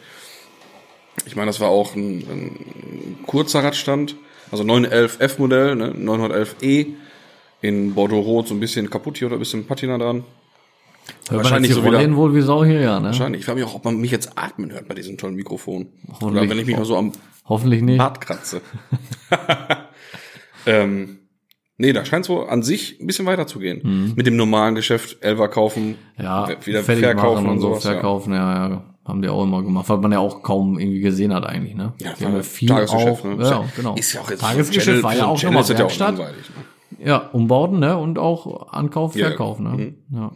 Ich meine, das war auch ein, ein kurzer Radstand. Also 911F Modell, ne? 911E. In Bordeaux-Rot so ein bisschen kaputt hier oder ein bisschen Patina dran. Hört Wahrscheinlich man jetzt so die Rollen wieder. wohl wie Sau hier, ja, ne? Wahrscheinlich. Ich frage mich auch, ob man mich jetzt atmen hört bei diesem tollen Mikrofon. Hoffentlich. Oder wenn ich mich mal so am Hoffentlich nicht. Bart kratze. <laughs> ähm, nee, da scheint es wohl an sich ein bisschen weiterzugehen. Mhm. Mit dem normalen Geschäft, Elver kaufen, Ja, wieder fertig verkaufen machen und sowas. ja. verkaufen, ja. ja, Haben die auch immer gemacht, weil man ja auch kaum irgendwie gesehen hat eigentlich, ne? Ja, die haben ja war viel Tagesgeschäft, auch, ne? ja, genau. Ist ja auch jetzt Tagesgeschäft so ein Channel- war ja so ein auch Channel nochmal ist das ja auch Werkstatt. langweilig, ne? Ja, umbauten, ne? Und auch Ankauf, Ja, Mhm. Verkauf, ne? Ja.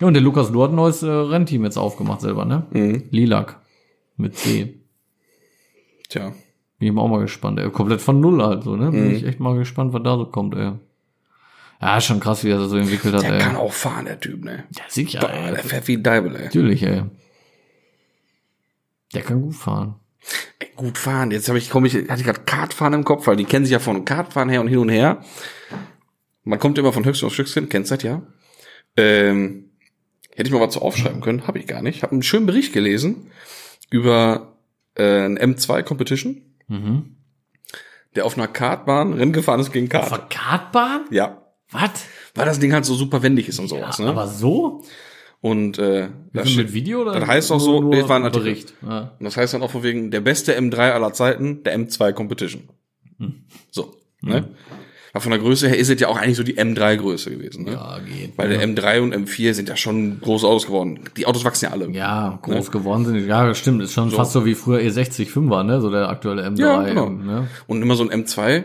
Ja, und der Lukas Lord hat ein neues äh, Rennteam jetzt aufgemacht selber, ne? Mhm. Lilac. Mit C. Tja. Bin ich mal auch mal gespannt, ey. Komplett von Null halt so, ne? Bin Mhm. ich echt mal gespannt, was da so kommt, ey. Ja, ist schon krass, wie er das so entwickelt hat, Der ey. kann auch fahren, der Typ, ne? ja, sicher, Bah, der ey. fährt wie ein Deibel, ey. Natürlich, ey. Der kann gut fahren. ey gut fahren. Jetzt habe ich, komm ich, hatte ich gerade Kartfahren im Kopf, weil die kennen sich ja von Kartfahren her und hin und her. Man kommt immer von höchsten auf höchsten, kennst das ja. Ähm, hätte ich mal was zu aufschreiben können, habe ich gar nicht. Habe einen schönen Bericht gelesen über äh, ein M2 Competition, Mhm. der auf einer Kartbahn Rennen gefahren ist gegen Kart. Verkartbahn? Ja. Was? Weil das Ding halt so super wendig ist und sowas, ne? Aber so? Und äh, da steht- mit Video oder? das heißt auch so, nur, nee, es war ein nur Artikel. Bericht. Ja. Und das heißt dann auch von wegen der beste M3 aller Zeiten, der M2 Competition. Hm. So, ne? Aber von der Größe her ist es ja auch eigentlich so die M3-Größe gewesen, ne? ja, geht. Weil der M3 und M4 sind ja schon groß Autos geworden. Die Autos wachsen ja alle. Ja, groß Ne? geworden sind. die. Ja, das stimmt. Ist schon fast so wie früher E60 war, ne? So der aktuelle M3. Ja, genau. ähm, ne? Und immer so ein M2,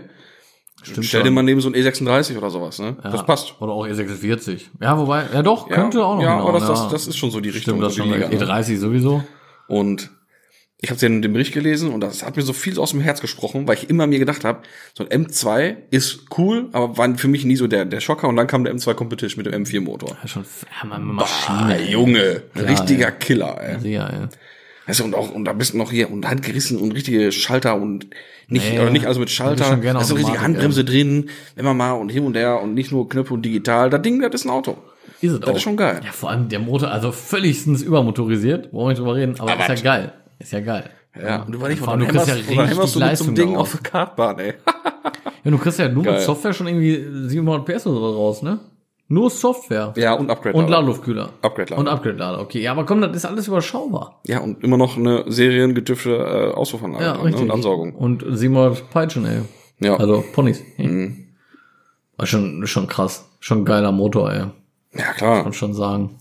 Stimmt stell dir mal neben so ein E36 oder sowas, ne? Ja. Das passt. Oder auch E46. Ja, wobei, ja doch, könnte auch noch. Ja, hinhauen, aber das, ja. das, das ist schon so die Richtung. stimmt, das so schon. E die Liga, ne? E30 sowieso. Und ich habe den, den Bericht gelesen und das hat mir so viel aus dem Herz gesprochen, weil ich immer mir gedacht habe, so ein M2 ist cool, aber war für mich nie so der, der Schocker und dann kam der M2 Competition mit dem M4-Motor. Ja, schon f- ja, man, man Ah, Maschine. Junge, ein richtiger Killer, ey. Ja, ey. Weißt du, und auch, und da bist du noch hier und handgerissen und richtige Schalter und nicht, Nee, oder nicht alles mit hätte Schalter. schon gerne Da ist eine richtige Automatik, Handbremse drin, wenn man mal und hin und her und nicht nur Knöpfe und digital. Das Ding, das ist ein Auto. Ist es Das auch. ist schon geil. Ja, vor allem der Motor, also völligstens übermotorisiert. Brauchen wir nicht drüber reden, aber, Aber ist ja geil. Ist ja geil. Ja, und überleg Vor allem, mal, dann du kriegst ja hämmerst- und dann richtig hämmerst du mit so Leistung einem Ding daraus. auf der Kartbahn, <laughs> ey. Ja, du kriegst ja nur Geil. mit Software schon irgendwie 700 PS oder so raus, ne? Nur Software. Ja, und Upgrade. Und aber. Ladeluftkühler. Upgrade-Lader. Und Upgrade-Lader, okay. Ja, aber komm, das ist alles überschaubar. Ja, und immer noch eine seriengetüfte äh, Auspuffanlage Ja, dran, ne? richtig. und Ansaugung. Und 700 Peitschen, ey. Ja. Mhm. Also Ponys. War schon, schon krass. Schon ein geiler Motor, ey. ja, klar. Kann schon sagen.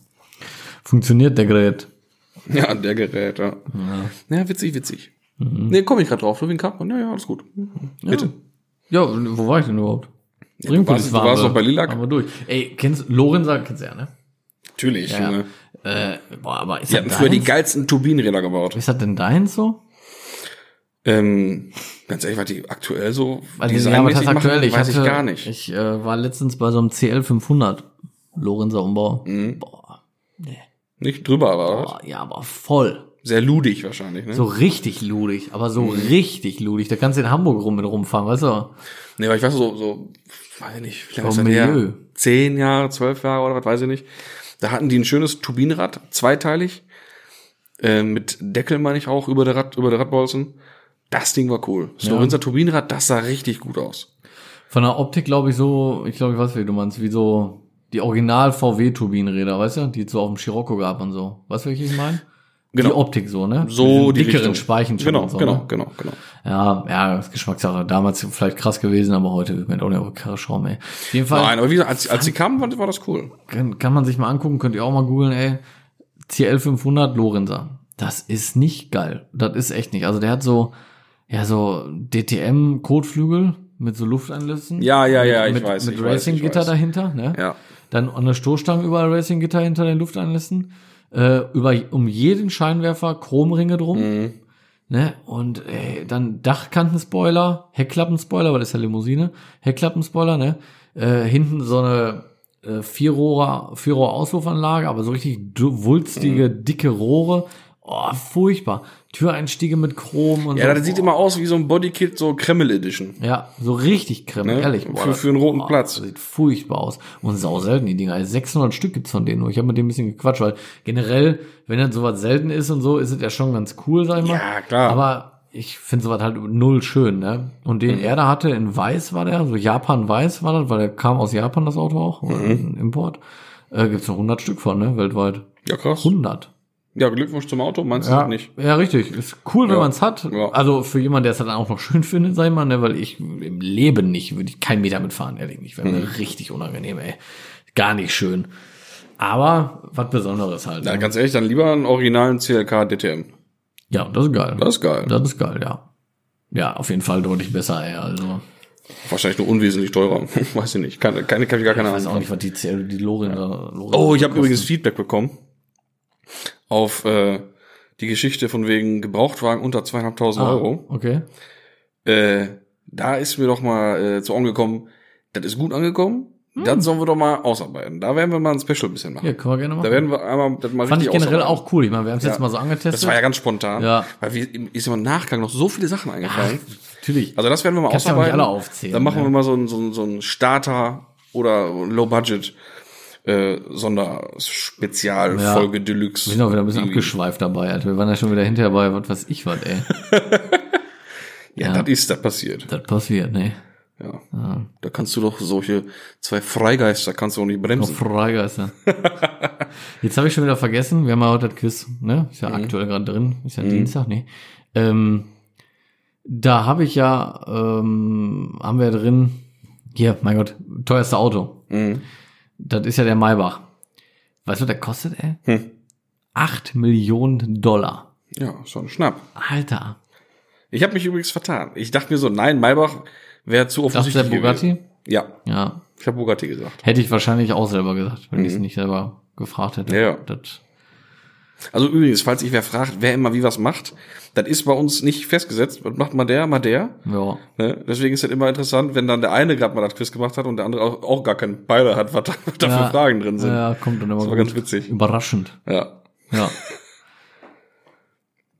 Funktioniert der Gerät. Ja, der Gerät, ja. Ja, witzig, witzig. Mhm. Nee, komme ich gerade drauf. Ludwig Kappmann, ja, ja, alles gut. Bitte. Ja, wo war ich denn überhaupt? Ringpolice warst- du waren warst wir. doch bei Lilac. Haben wir durch. Ey, kennst Lorenza, kennst du ja, ne? Natürlich, Junge. Äh, boah, aber ist Die das hatten früher die deins? geilsten Turbinenräder gebaut. Ist das denn deins so? Ähm, ganz ehrlich, was die aktuell so Weil die ja, was heißt machen, aktuell? Ich weiß hatte, ich gar nicht. Ich Mhm. äh, war letztens bei so einem CL 500 Lorenzer Umbau. Boah. Nicht drüber, aber was? Boah, ja, aber voll. sehr ludig wahrscheinlich, ne? So richtig ludig, aber so Mhm. richtig ludig. Da kannst du in Hamburg rum mit rumfahren, weißt du? Nee, aber ich weiß so, so, weiß ich nicht, wie lange ist Vom das her? Milieu. Zehn Jahre, zwölf Jahre oder was, weiß ich nicht. Da hatten die ein schönes Turbinenrad, zweiteilig, äh, mit Deckel meine ich auch, über der Rad, über der Radbolzen. Das Ding war cool. Das Lorenzer Turbinenrad, das sah richtig gut aus. Von der Optik glaube ich so, ich glaube, ich weiß, wie du meinst, wie so die Original VW Turbinenräder, weißt du, die es so auf dem Scirocco gab und so. Weißt du, was ich meine? Genau. Die Optik so, ne? So Mit den die dickeren Richtung. Speichen schon Genau, und so, genau, Ne? genau, genau. Ja, ja, das Geschmackssache. Damals vielleicht krass gewesen, aber heute mit ohne Karre Schaum, ey. Auf jeden Fall Nein, aber wie gesagt, als, als sie kamen, war war das cool. kann, kann man sich mal angucken, könnt ihr auch mal googeln, ey. CL 500 Lorenzer. Das ist nicht geil. Das ist echt nicht. Also der hat so, ja, so DTM-Kotflügel mit so Lufteinlässen. Ja, ja, ja, mit, ich mit, weiß, Mit ich weiß, ich Racing-Gitter weiß. dahinter, ne? Ja. Dann an der Stoßstange überall Racing-Gitter hinter den Lufteinlässen. Äh, über, um jeden Scheinwerfer Chromringe drum. Mhm. Ne? Und ey, dann Dachkantenspoiler, Heckklappenspoiler, weil das ist ja Limousine, Heckklappenspoiler, ne? Äh, hinten so eine äh, Vierrohrer, Vierrohr Auspuffanlage, aber so richtig du- wulstige, Mhm. dicke Rohre. Oh, furchtbar. Türeinstiege mit Chrom und Ja, so. das sieht Boah. immer aus wie so ein Bodykit, so Kreml Edition. Ja, so richtig Kreml, Ne? ehrlich. Für- für einen roten Platz. Das sieht furchtbar aus. Und sau selten, die Dinger. Also 600 Stück gibt's von denen nur. Ich habe mit dem ein bisschen gequatscht, weil generell, wenn dann sowas selten ist und so, ist es ja schon ganz cool, sag ich mal. Ja, klar. Aber ich finde sowas halt null schön, ne? Und den Mhm. er da hatte, in weiß war der, so Japan-Weiß war das, weil der kam aus Japan, das Auto auch, Mhm. oder ein Import. Äh, gibt's noch 100 Stück von, ne, weltweit. Ja, krass. 100. Ja, Glückwunsch zum Auto, meinst du Ja, das nicht? ja, richtig. Ist cool, wenn Ja. man es hat. Ja. Also für jemanden, der es dann auch noch schön findet, sei mal, ne, weil ich im Leben nicht, würde ich keinen Meter mitfahren, ehrlich nicht. Wäre Mhm. mir richtig unangenehm, ey. Gar nicht schön. Aber was Besonderes halt. Ja, ne? ganz ehrlich, dann lieber einen originalen CLK DTM. Ja, das ist geil. Das ist geil. Das ist geil, ja. Ja, auf jeden Fall deutlich besser, ey. Also, Wahrscheinlich nur unwesentlich teurer. <laughs> Weiß ich nicht. Keine, keine, keine, gar keine ich weiß auch Ahnung. nicht, was die, CL die Lorin da. Lorin Oh, ich habe kosten. übrigens Feedback bekommen auf äh, die Geschichte von wegen Gebrauchtwagen unter zweieinhalbtausend Ah, Euro. Okay. Äh, da ist mir doch mal äh, zu Ohren gekommen, das ist gut angekommen, das sollen wir doch mal ausarbeiten. Da werden wir mal ein Special ein bisschen machen. Hm. Ja, können wir gerne machen. Da werden wir einmal das mal Fand ich richtig generell ausarbeiten. auch cool. Ich meine, wir haben es Ja. jetzt mal so angetestet. Das war ja ganz spontan. Ja. Weil wir, ist ja im Nachgang noch so viele Sachen eingefallen. Ah, Natürlich. Also das werden wir mal Kannst ja auch ausarbeiten. nicht alle aufzählen, Dann machen ne? wir mal so einen so einen- so einen Starter oder Low Budget äh, Sonderspezial Ja. Genau. Folge Deluxe. Wir sind auch wieder ein bisschen Irgendwie. abgeschweift dabei, Alter. Wir waren ja schon wieder hinterher bei, was weiß ich was, ey. Ja, Ja. das ist das passiert. Das passiert, ne? Ja. Da kannst du doch solche zwei Freigeister kannst du auch nicht Noch bremsen. Freigeister. Jetzt habe ich schon wieder vergessen, wir haben ja heute das Quiz, ne? Ist ja aktuell gerade drin. Ist ja Dienstag, ne? Ähm, da habe ich ja, ähm, haben wir ja drin, hier, mein Gott, teuerste Auto. Mhm. Das ist ja der Maybach. Weißt du, was der kostet, ey? Hm. Acht Millionen Dollar. Ja, so ein Schnapp. Alter. Ich habe mich übrigens vertan. Ich dachte mir so, nein, Maybach wäre zu Das ist der offensichtlich. Bugatti? Gewesen. Ja, Ja, ich habe Bugatti gesagt. Hätte ich wahrscheinlich auch selber gesagt, wenn ich es nicht selber gefragt hätte. Mhm. Ja, ja. Das, Also übrigens, falls sich wer fragt, wer immer wie was macht, das ist bei uns nicht festgesetzt. Was macht mal der, mal der? ja. Ne? Deswegen ist es immer interessant, wenn dann der eine gerade mal das Quiz gemacht hat und der andere auch, auch gar keinen Pfeiler hat, was da was da ja, für Fragen drin sind. Ja. Ja, kommt dann immer Das war gut. ganz witzig. Überraschend. Ja.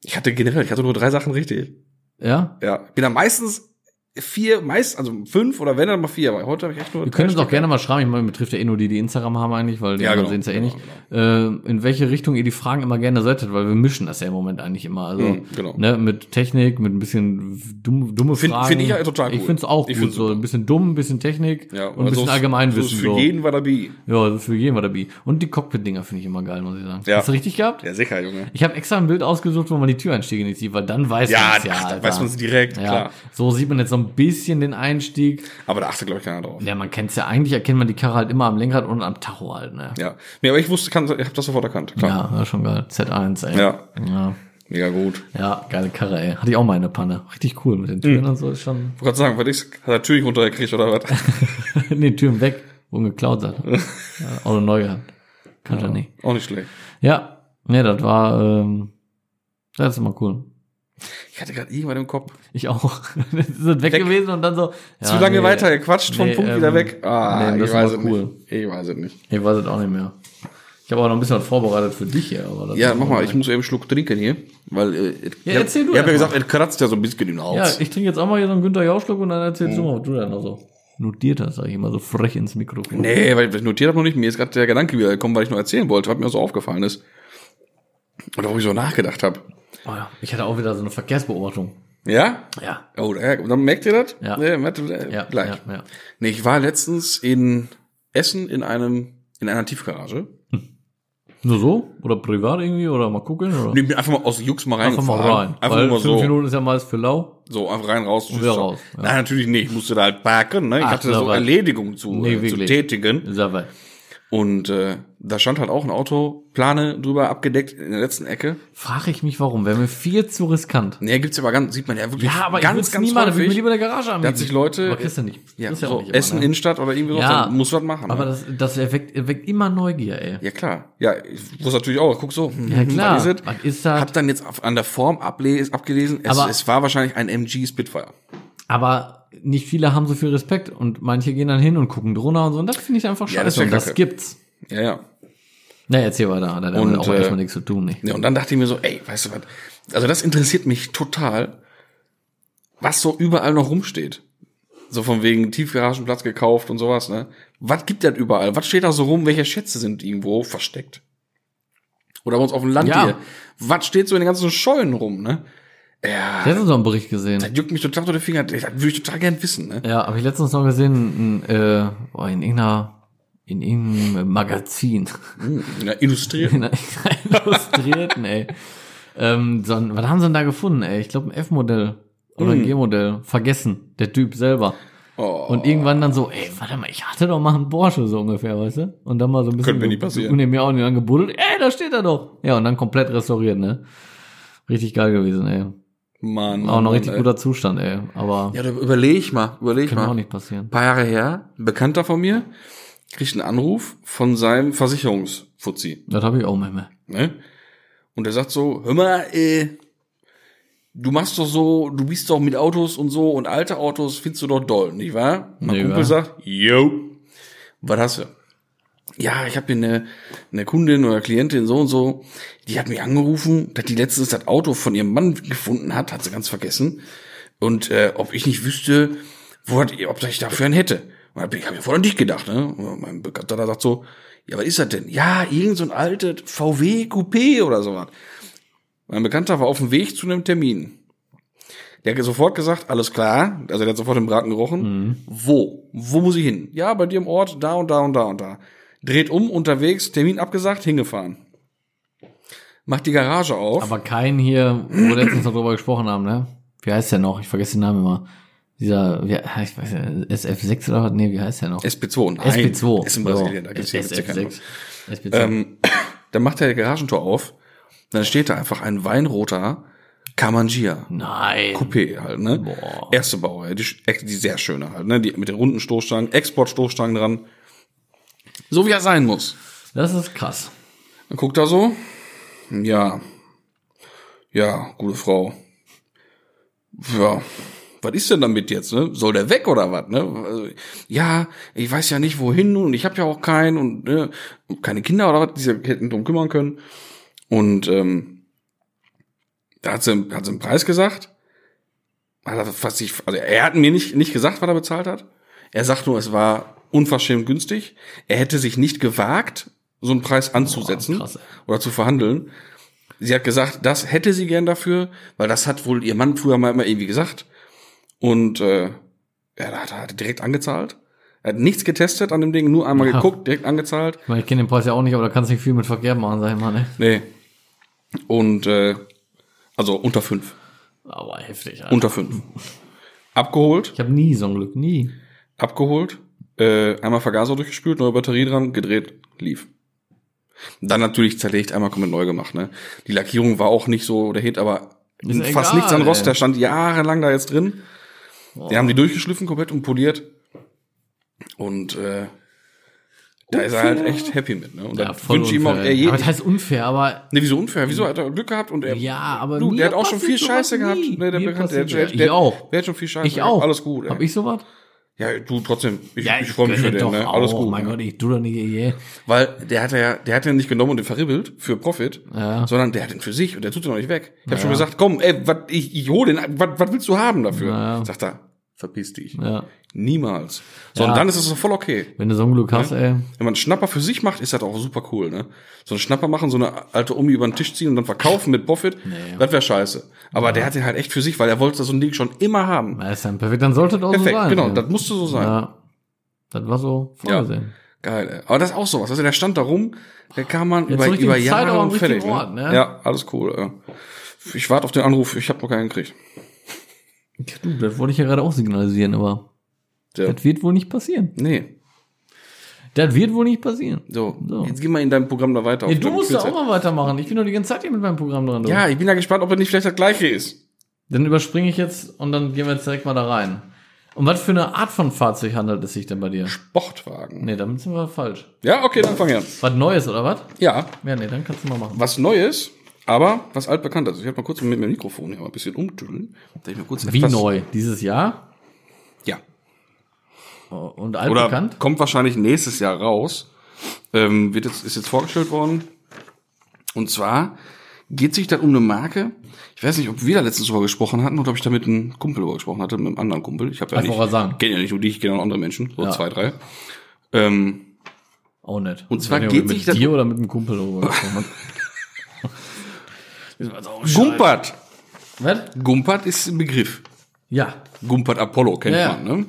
Ich hatte generell, ich hatte nur drei Sachen richtig. ja? Ja. Ich bin dann meistens vier, meist, also fünf oder wenn dann mal vier, aber heute habe ich echt nur Wir drei können uns auch Stück. gerne mal schreiben, ich meine, betrifft ja eh nur die, die Instagram haben eigentlich, weil die Ja, anderen genau, sehen es ja eh genau, nicht. Äh, in welche Richtung ihr die Fragen immer gerne solltet, weil wir mischen das ja im Moment eigentlich immer. Also Mhm, genau. ne, mit Technik, mit ein bisschen dumm, dumme Find- Fragen. find ich ja total Ich cool. finde es auch Ich gut. find's So super. ein bisschen dumm, ein bisschen Technik ja, also und ein bisschen so Allgemeinwissen. ist so. Für jeden war dabei. Ja, also für jeden war dabei. Und die Cockpit-Dinger finde ich immer geil, muss ich sagen. Ja. Hast du richtig gehabt? Ja, sicher, Junge. Ich habe extra ein Bild ausgesucht, wo man die Türeinstiege nicht sieht, weil dann weiß Ja, man es ja ja. ach, da Alter. weiß man es direkt, ja, klar. So sieht man jetzt so ein bisschen den Einstieg. Aber da achtet, glaube ich, keiner drauf. Ja, man kennt's ja. Eigentlich erkennt man die Karre halt immer am Lenkrad und am Tacho halt, ne? Ja. Nee, aber ich wusste, kann, ich habe das sofort erkannt. Klar. Ja, war schon geil. Z1, ey. Ja. ja. Mega gut. Ja, geile Karre, ey. Hatte ich auch mal eine Panne. Richtig cool mit den Mhm. Türen und so. Ist schon. <laughs> Ich wollte gerade sagen, was ich hat er Tür nicht runtergekriegt oder was? nee, Türen weg. Wurden geklaut, hat. <laughs> ja, Auto neu gehabt. Kann ja. nicht. Auch nicht schlecht. Ja. Nee, das war, ähm, das ist immer cool. Ich hatte gerade irgendwann im Kopf. Ich auch. <laughs> sind weg, Weg. gewesen und dann so. Zu ja, lange nee. weiter gequatscht, vom Nee, Punkt ähm, wieder weg. Ah, nee, das ich weiß war es cool. nicht. Ich weiß es nicht. Ich weiß es auch nicht mehr. Ich habe auch noch ein bisschen was vorbereitet für dich hier. Aber das Ja, mach mal, ich muss eben einen Schluck trinken hier, weil äh, Ja, erzähl ich du hab- ich hab ja erst gesagt, es kratzt ja so ein bisschen im Ja, Hals. ich trinke jetzt auch mal hier so einen Günter Jauschluck und dann erzählst Mhm. du mal, was du da noch so notiert hast, sag ich immer so frech ins Mikrofon. nee, weil ich notiert habe noch nicht, mir ist gerade der Gedanke wieder gekommen, weil ich noch erzählen wollte, was mir so aufgefallen ist. Oder wo ich so nachgedacht habe. Oh ja, ich hatte auch wieder so eine Verkehrsbeobachtung. Ja? Ja. Oh, ja, dann merkt ihr das? Ja. Nee, merkt ihr das? Ja, Gleich. ja, ja. Nee, ich war letztens in Essen in einem in einer Tiefgarage. Nur so? Oder privat irgendwie? Oder mal gucken? Oder? Und ich bin einfach mal aus Jux mal Einfach mal reingefahren. rein. Einfach Weil mal fünf so. Minuten ist ja meist für lau. So, einfach rein, raus. tschüss, wieder ciao. raus, ja. Nein, natürlich nicht. Ich musste da halt parken. Ne? Ich Ach, hatte da so dabei. Erledigungen zu, Nee, äh, zu wirklich. tätigen. Ist ja weit. Und äh, da stand halt auch ein Auto, Plane drüber abgedeckt in der letzten Ecke. Frage ich mich warum. Wäre mir viel zu riskant. Nee, gibt's aber ganz, sieht man ja wirklich Ja, aber ganz, ich würde ganz nie machen. Da würde ich mir häufig. lieber eine Garage anbieten. sich Leute- Aber kriegst du nicht. Ja, Ist ja so, auch nicht immer, Essen, ne? Innenstadt oder irgendwie so, Ja. dann muss was machen. Aber ne? das, das erweckt, erweckt immer Neugier, ey. ja, klar. Ja, ich wusste natürlich auch, guck so, hm, Ja, klar. was ist Was das? ist das? Hab dann jetzt auf, an der Form able, abgelesen, es, Aber- es war wahrscheinlich ein MG Spitfire. Aber nicht viele haben so viel Respekt und manche gehen dann hin und gucken drunter und so. Und das finde ich einfach Ja, scheiße. das das, ist ja und das kacke. gibt's. Ja, ja. Na, erzähl weiter. Da hat Und, damit auch äh, erstmal nichts zu tun. Nicht. Ja, und dann dachte ich mir so, ey, weißt du was? Also das interessiert mich total, was so überall noch rumsteht. So von wegen Tiefgaragenplatz gekauft und sowas, ne? Was gibt das überall? Was steht da so rum? Welche Schätze sind irgendwo versteckt? Oder bei uns auf dem Land Ja. hier. Was steht so in den ganzen Scheunen rum, ne? Ja, Ich hatte so einen Bericht gesehen. das juckt mich total unter den Finger. Das würde ich total gern wissen, ne? Ja, habe ich letztens noch gesehen, in, äh, oh, in irgendeiner, in irgendeinem Magazin. <laughs> Hm, ja, illustriert. In einer Illustrierten, ey. Ähm, so ein, was haben sie denn da gefunden, ey? Ich glaube ein F-Modell oder Hm. ein G-Modell. Vergessen. Der Typ selber. Oh. Und irgendwann dann so, ey, warte mal, ich hatte doch mal einen Porsche so ungefähr, weißt du? Und dann mal so ein bisschen Könnte mir nicht so- so passieren. unter mir auch und dann gebuddelt, ey, da steht er doch. Ja, und dann komplett restauriert, ne? Richtig geil gewesen, ey. Mann. Auch noch Mann, richtig ey. guter Zustand, ey. Aber Ja, dann überleg mal, überleg kann mal. auch nicht passieren. ein paar Jahre her, ein Bekannter von mir, kriegt einen Anruf von seinem Versicherungsfuzzi. Das habe ich auch manchmal. Ne? Und der sagt so, hör mal, äh, du machst doch so, du bist doch mit Autos und so und alte Autos findest du doch doll, nicht wahr? Mein Nee, Kumpel wahr. sagt, yo, was hast du? Ja, ich habe hier eine, eine Kundin oder Klientin so und so, die hat mich angerufen, dass die letztens das Auto von ihrem Mann gefunden hat, hat sie ganz vergessen. Und äh, ob ich nicht wüsste, wo hat, ob ich dafür einen hätte. Und hab ich habe vorhin an dich gedacht, ne? Und mein Bekannter da sagt so, ja, was ist das denn? Ja, irgend so ein altes VW Coupé oder sowas. Mein Bekannter war auf dem Weg zu einem Termin. Der hat sofort gesagt, alles klar, also der hat sofort den Braten gerochen. Wo? Wo muss ich hin? Ja, bei dir im Ort, da und da und da und da. Dreht um, unterwegs, Termin abgesagt, hingefahren. Macht die Garage auf. Aber kein hier, wo wir letztens noch drüber gesprochen haben, ne? Wie heißt der noch? Ich vergesse den Namen immer. Dieser, wie, ich weiß nicht, SF6 oder was? Nee, wie heißt der noch? SP2, nein. SP2. Ist in So, Brasilien, da gibt's hier gibt's hier keinen. SF6. SP2. Ähm, dann macht er die Garagentor auf. Dann steht da einfach ein weinroter Kamangia. Nein. Coupé halt, ne? Boah. Erste Baureihe, die, sch- die sehr schöne halt, ne? Die mit den runden Stoßstangen, Exportstoßstangen dran. So wie er sein muss. Das ist krass. Dann guckt er so. Ja. Ja, gute Frau. Ja. Was ist denn damit jetzt, ne? Soll der weg oder was, ne? Also, Ja, ich weiß ja nicht wohin und ich habe ja auch keinen und ne, und keine Kinder oder was, die sich hätten drum kümmern können. Und ähm, da hat sie, hat sie einen Preis gesagt. Hat er fast nicht, also er hat mir nicht, nicht gesagt, was er bezahlt hat. Er sagt nur, es war unverschämt günstig. Er hätte sich nicht gewagt, so einen Preis anzusetzen krass, ey. oder zu verhandeln. Sie hat gesagt, das hätte sie gern dafür, weil das hat wohl ihr Mann früher mal immer irgendwie gesagt. Und äh, er hat, hat direkt angezahlt. Er hat nichts getestet an dem Ding, nur einmal Ja. geguckt, direkt angezahlt. Ich meine, ich kenne den Preis ja auch nicht, aber da kannst du nicht viel mit Verkehr machen, sag ich mal, ne? Nee. Und äh, also unter fünf. Aber heftig, Alter. Unter fünf. Abgeholt, ich habe nie so ein Glück, nie. abgeholt, äh, einmal Vergaser durchgespült, neue Batterie dran, gedreht, lief. Dann natürlich zerlegt, einmal komplett neu gemacht. Ne? Die Lackierung war auch nicht so der Hit, aber Ist fast egal, nichts an Rost, ey. der stand jahrelang da jetzt drin. Die haben die durchgeschliffen komplett und poliert. Und äh, da ist er halt echt happy mit. Ne? Und da wünsche ich ihm auch, unfair. er je, aber das heißt unfair, aber <laughs> Ne, wieso unfair? Wieso hat er Glück gehabt und er. ja, aber du, mir der hat auch schon passiert viel sowas Scheiße nie. gehabt. Ne, der Mir Bekannte, der, passiert- der, ja, der, ich auch. Der hat schon viel Scheiße Ich auch. Alles gut. ey. Hab ich sowas? Ja, du trotzdem, ich, Ja, ich freue mich für gönne den, doch ne? auch. Alles gut. Mein ne? Gott, ich tu doch nicht, eh. Weil der hat ja, der hat ja nicht genommen und den verribbelt für Profit, Ja. sondern der hat den für sich und der tut den auch nicht weg. Ich habe schon gesagt, komm, ey, wat, ich, ich hole den, ab, wat, was willst du haben dafür? Ja. Sagt er, verpiss dich. Ja. Niemals. So, und Ja. dann ist es doch voll okay. Wenn du so ein Glück hast, ey. Wenn man einen Schnapper für sich macht, ist das auch super cool, ne? So einen Schnapper machen, so eine alte Omi über den Tisch ziehen und dann verkaufen mit Profit, das wäre scheiße. Aber der hat den halt echt für sich, weil er wollte so ein Ding schon immer haben. Na, ist dann perfekt. Dann sollte das auch Perfekt, so sein. genau, ey. das musste so sein. Ja. Das war so vorgesehen. Geil, ey. Aber das ist auch sowas. Also der stand da rum, der kam man über, zur richtigen über Zeit, Jahre aber am und fertig. richtigen Ort, ne? ne? Ja, alles cool. Ja. Ich warte auf den Anruf, ich habe noch keinen gekriegt. Du, das wollte ich ja gerade auch signalisieren, aber Der, das wird wohl nicht passieren. nee, Das wird wohl nicht passieren. so. So. Jetzt geh mal in deinem Programm da weiter. Nee, auf du deine musst da auch Spielzeit. mal weitermachen. Ich bin doch die ganze Zeit hier mit meinem Programm dran. du. Ja, ich bin ja gespannt, ob er nicht vielleicht das gleiche ist. Dann überspringe ich jetzt und dann gehen wir jetzt direkt mal da rein. Und was für eine Art von Fahrzeug handelt es sich denn bei dir? Sportwagen. Nee, damit sind wir falsch. Ja, okay, dann fang an. Was Neues oder was? Ja, Ja, nee, dann kannst du mal machen. was Neues, aber was altbekannt ist. Ich habe mal kurz mit meinem Mikrofon hier mal ein bisschen umtüdeln. Darf ich mal kurz Wie etwas- neu? Dieses Jahr? Ja. Oh, Und Oder altbekannt? kommt wahrscheinlich nächstes Jahr raus. Ähm, wird jetzt, ist jetzt vorgestellt worden. Und zwar geht sich da um eine Marke. Ich weiß nicht, ob wir da letztens drüber gesprochen hatten oder ob ich da mit einem Kumpel drüber gesprochen hatte, mit einem anderen Kumpel. Ich habe ja Einfach mal nicht, sagen. kenne ja nicht nur dich, ich kenne auch andere Menschen, so Ja. zwei, drei. Ähm, Auch nicht. Und zwar Ich weiß geht nicht, ob sich ich das- mit dir oder mit dem Kumpel darüber <laughs> gesprochen habe. Ist mir jetzt auch egal. Gumpert. Was? Gumpert ist ein Begriff. Ja. Gumpert Apollo kennt Ja. man, ne?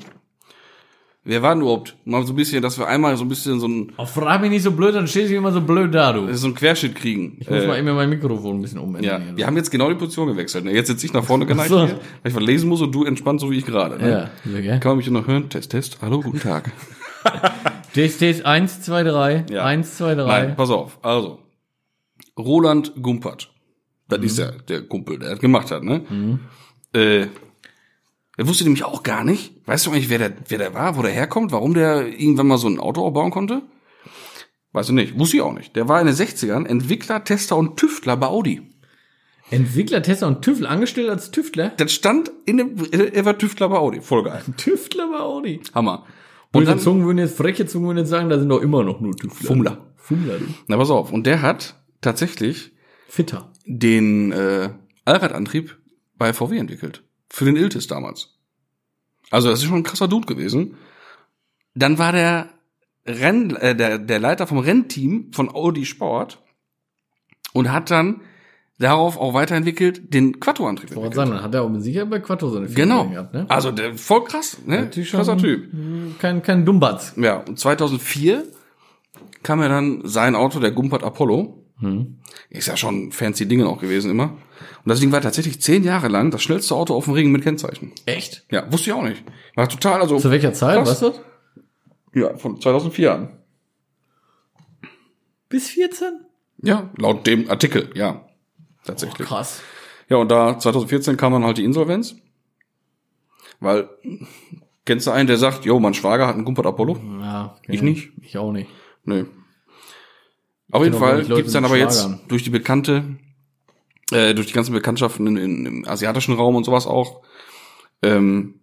Wer war denn überhaupt? Mal so ein bisschen, dass wir einmal so ein bisschen so ein, Oh, frag mich nicht so blöd, dann stehst du immer so blöd da, du. Ich so einen Querschnitt kriegen. muss mal eben mein Mikrofon ein bisschen umändern. Äh. Ja, hier. wir haben jetzt genau die Position gewechselt. ne? Jetzt sitze ich nach vorne geneigt, Ach so. hier, weil ich was lesen muss und du entspannt, so wie ich gerade. Ne? Ja, so, gell? Kann man mich noch hören? Test, Test. Hallo, guten <laughs> Tag. Test, Test, 1, 2, 3. Ja. 1, 2, 3. Nein, pass auf. Also, Roland Gumpert. Das Mhm. ist ja der Kumpel, der das gemacht hat, ne? Äh, der wusste nämlich auch gar nicht. Weißt du eigentlich, wer der, wer der war, wo der herkommt, warum der irgendwann mal so ein Auto auch bauen konnte? Weißt du nicht. Wusste ich auch nicht. Der war in den 60ern Entwickler, Tester und Tüftler bei Audi. Entwickler, Tester und Tüftler angestellt als Tüftler? <laughs> Das stand in dem, äh, er war Tüftler bei Audi. Voll geil. Tüftler bei Audi. Hammer. Und Und Böse dann, Zungen würden jetzt, freche Zungen würden jetzt sagen, da sind doch immer noch nur Tüftler. Fummler. Fummler, du. na pass auf, und der hat tatsächlich Fitter. den äh, Allradantrieb bei VW entwickelt. Für den Iltis damals. Also das ist schon ein krasser Dude gewesen. Dann war der, Renn, äh, der, der Leiter vom Rennteam von Audi Sport und hat dann darauf auch weiterentwickelt den Quattro-Antrieb. Ich wollte entwickelt. sagen, dann hat er auch mit Sicherheit bei Quattro so eine Firma Genau. gehabt, ne? Also der, voll krass, ne? Natürlich schon Krasser Typ. Kein, kein Dummbatz. Ja, und 2004 kam ja dann sein Auto, der Gumpert Apollo. Hm. Ist ja schon fancy Dinge auch gewesen immer. Und das Ding war tatsächlich zehn Jahre lang das schnellste Auto auf dem Ring mit Kennzeichen. Echt? Ja, wusste ich auch nicht. War total, also, Zu welcher Zeit, Krass. weißt du? das? ja, von 2004 an. Bis 14? Ja, laut dem Artikel, ja. Tatsächlich. Krass. ja, und da 2014 kam dann halt die Insolvenz. Weil, kennst du einen, der sagt, jo, mein Schwager hat einen Gumpert Apollo? Ja, Ich ja, nicht. Ich auch nicht. Nö. Auf jeden auch Fall wenig Leute gibt's dann mit aber jetzt Schlagern. durch die bekannte, äh, durch die ganzen Bekanntschaften in, in, im asiatischen Raum und sowas auch. Ähm,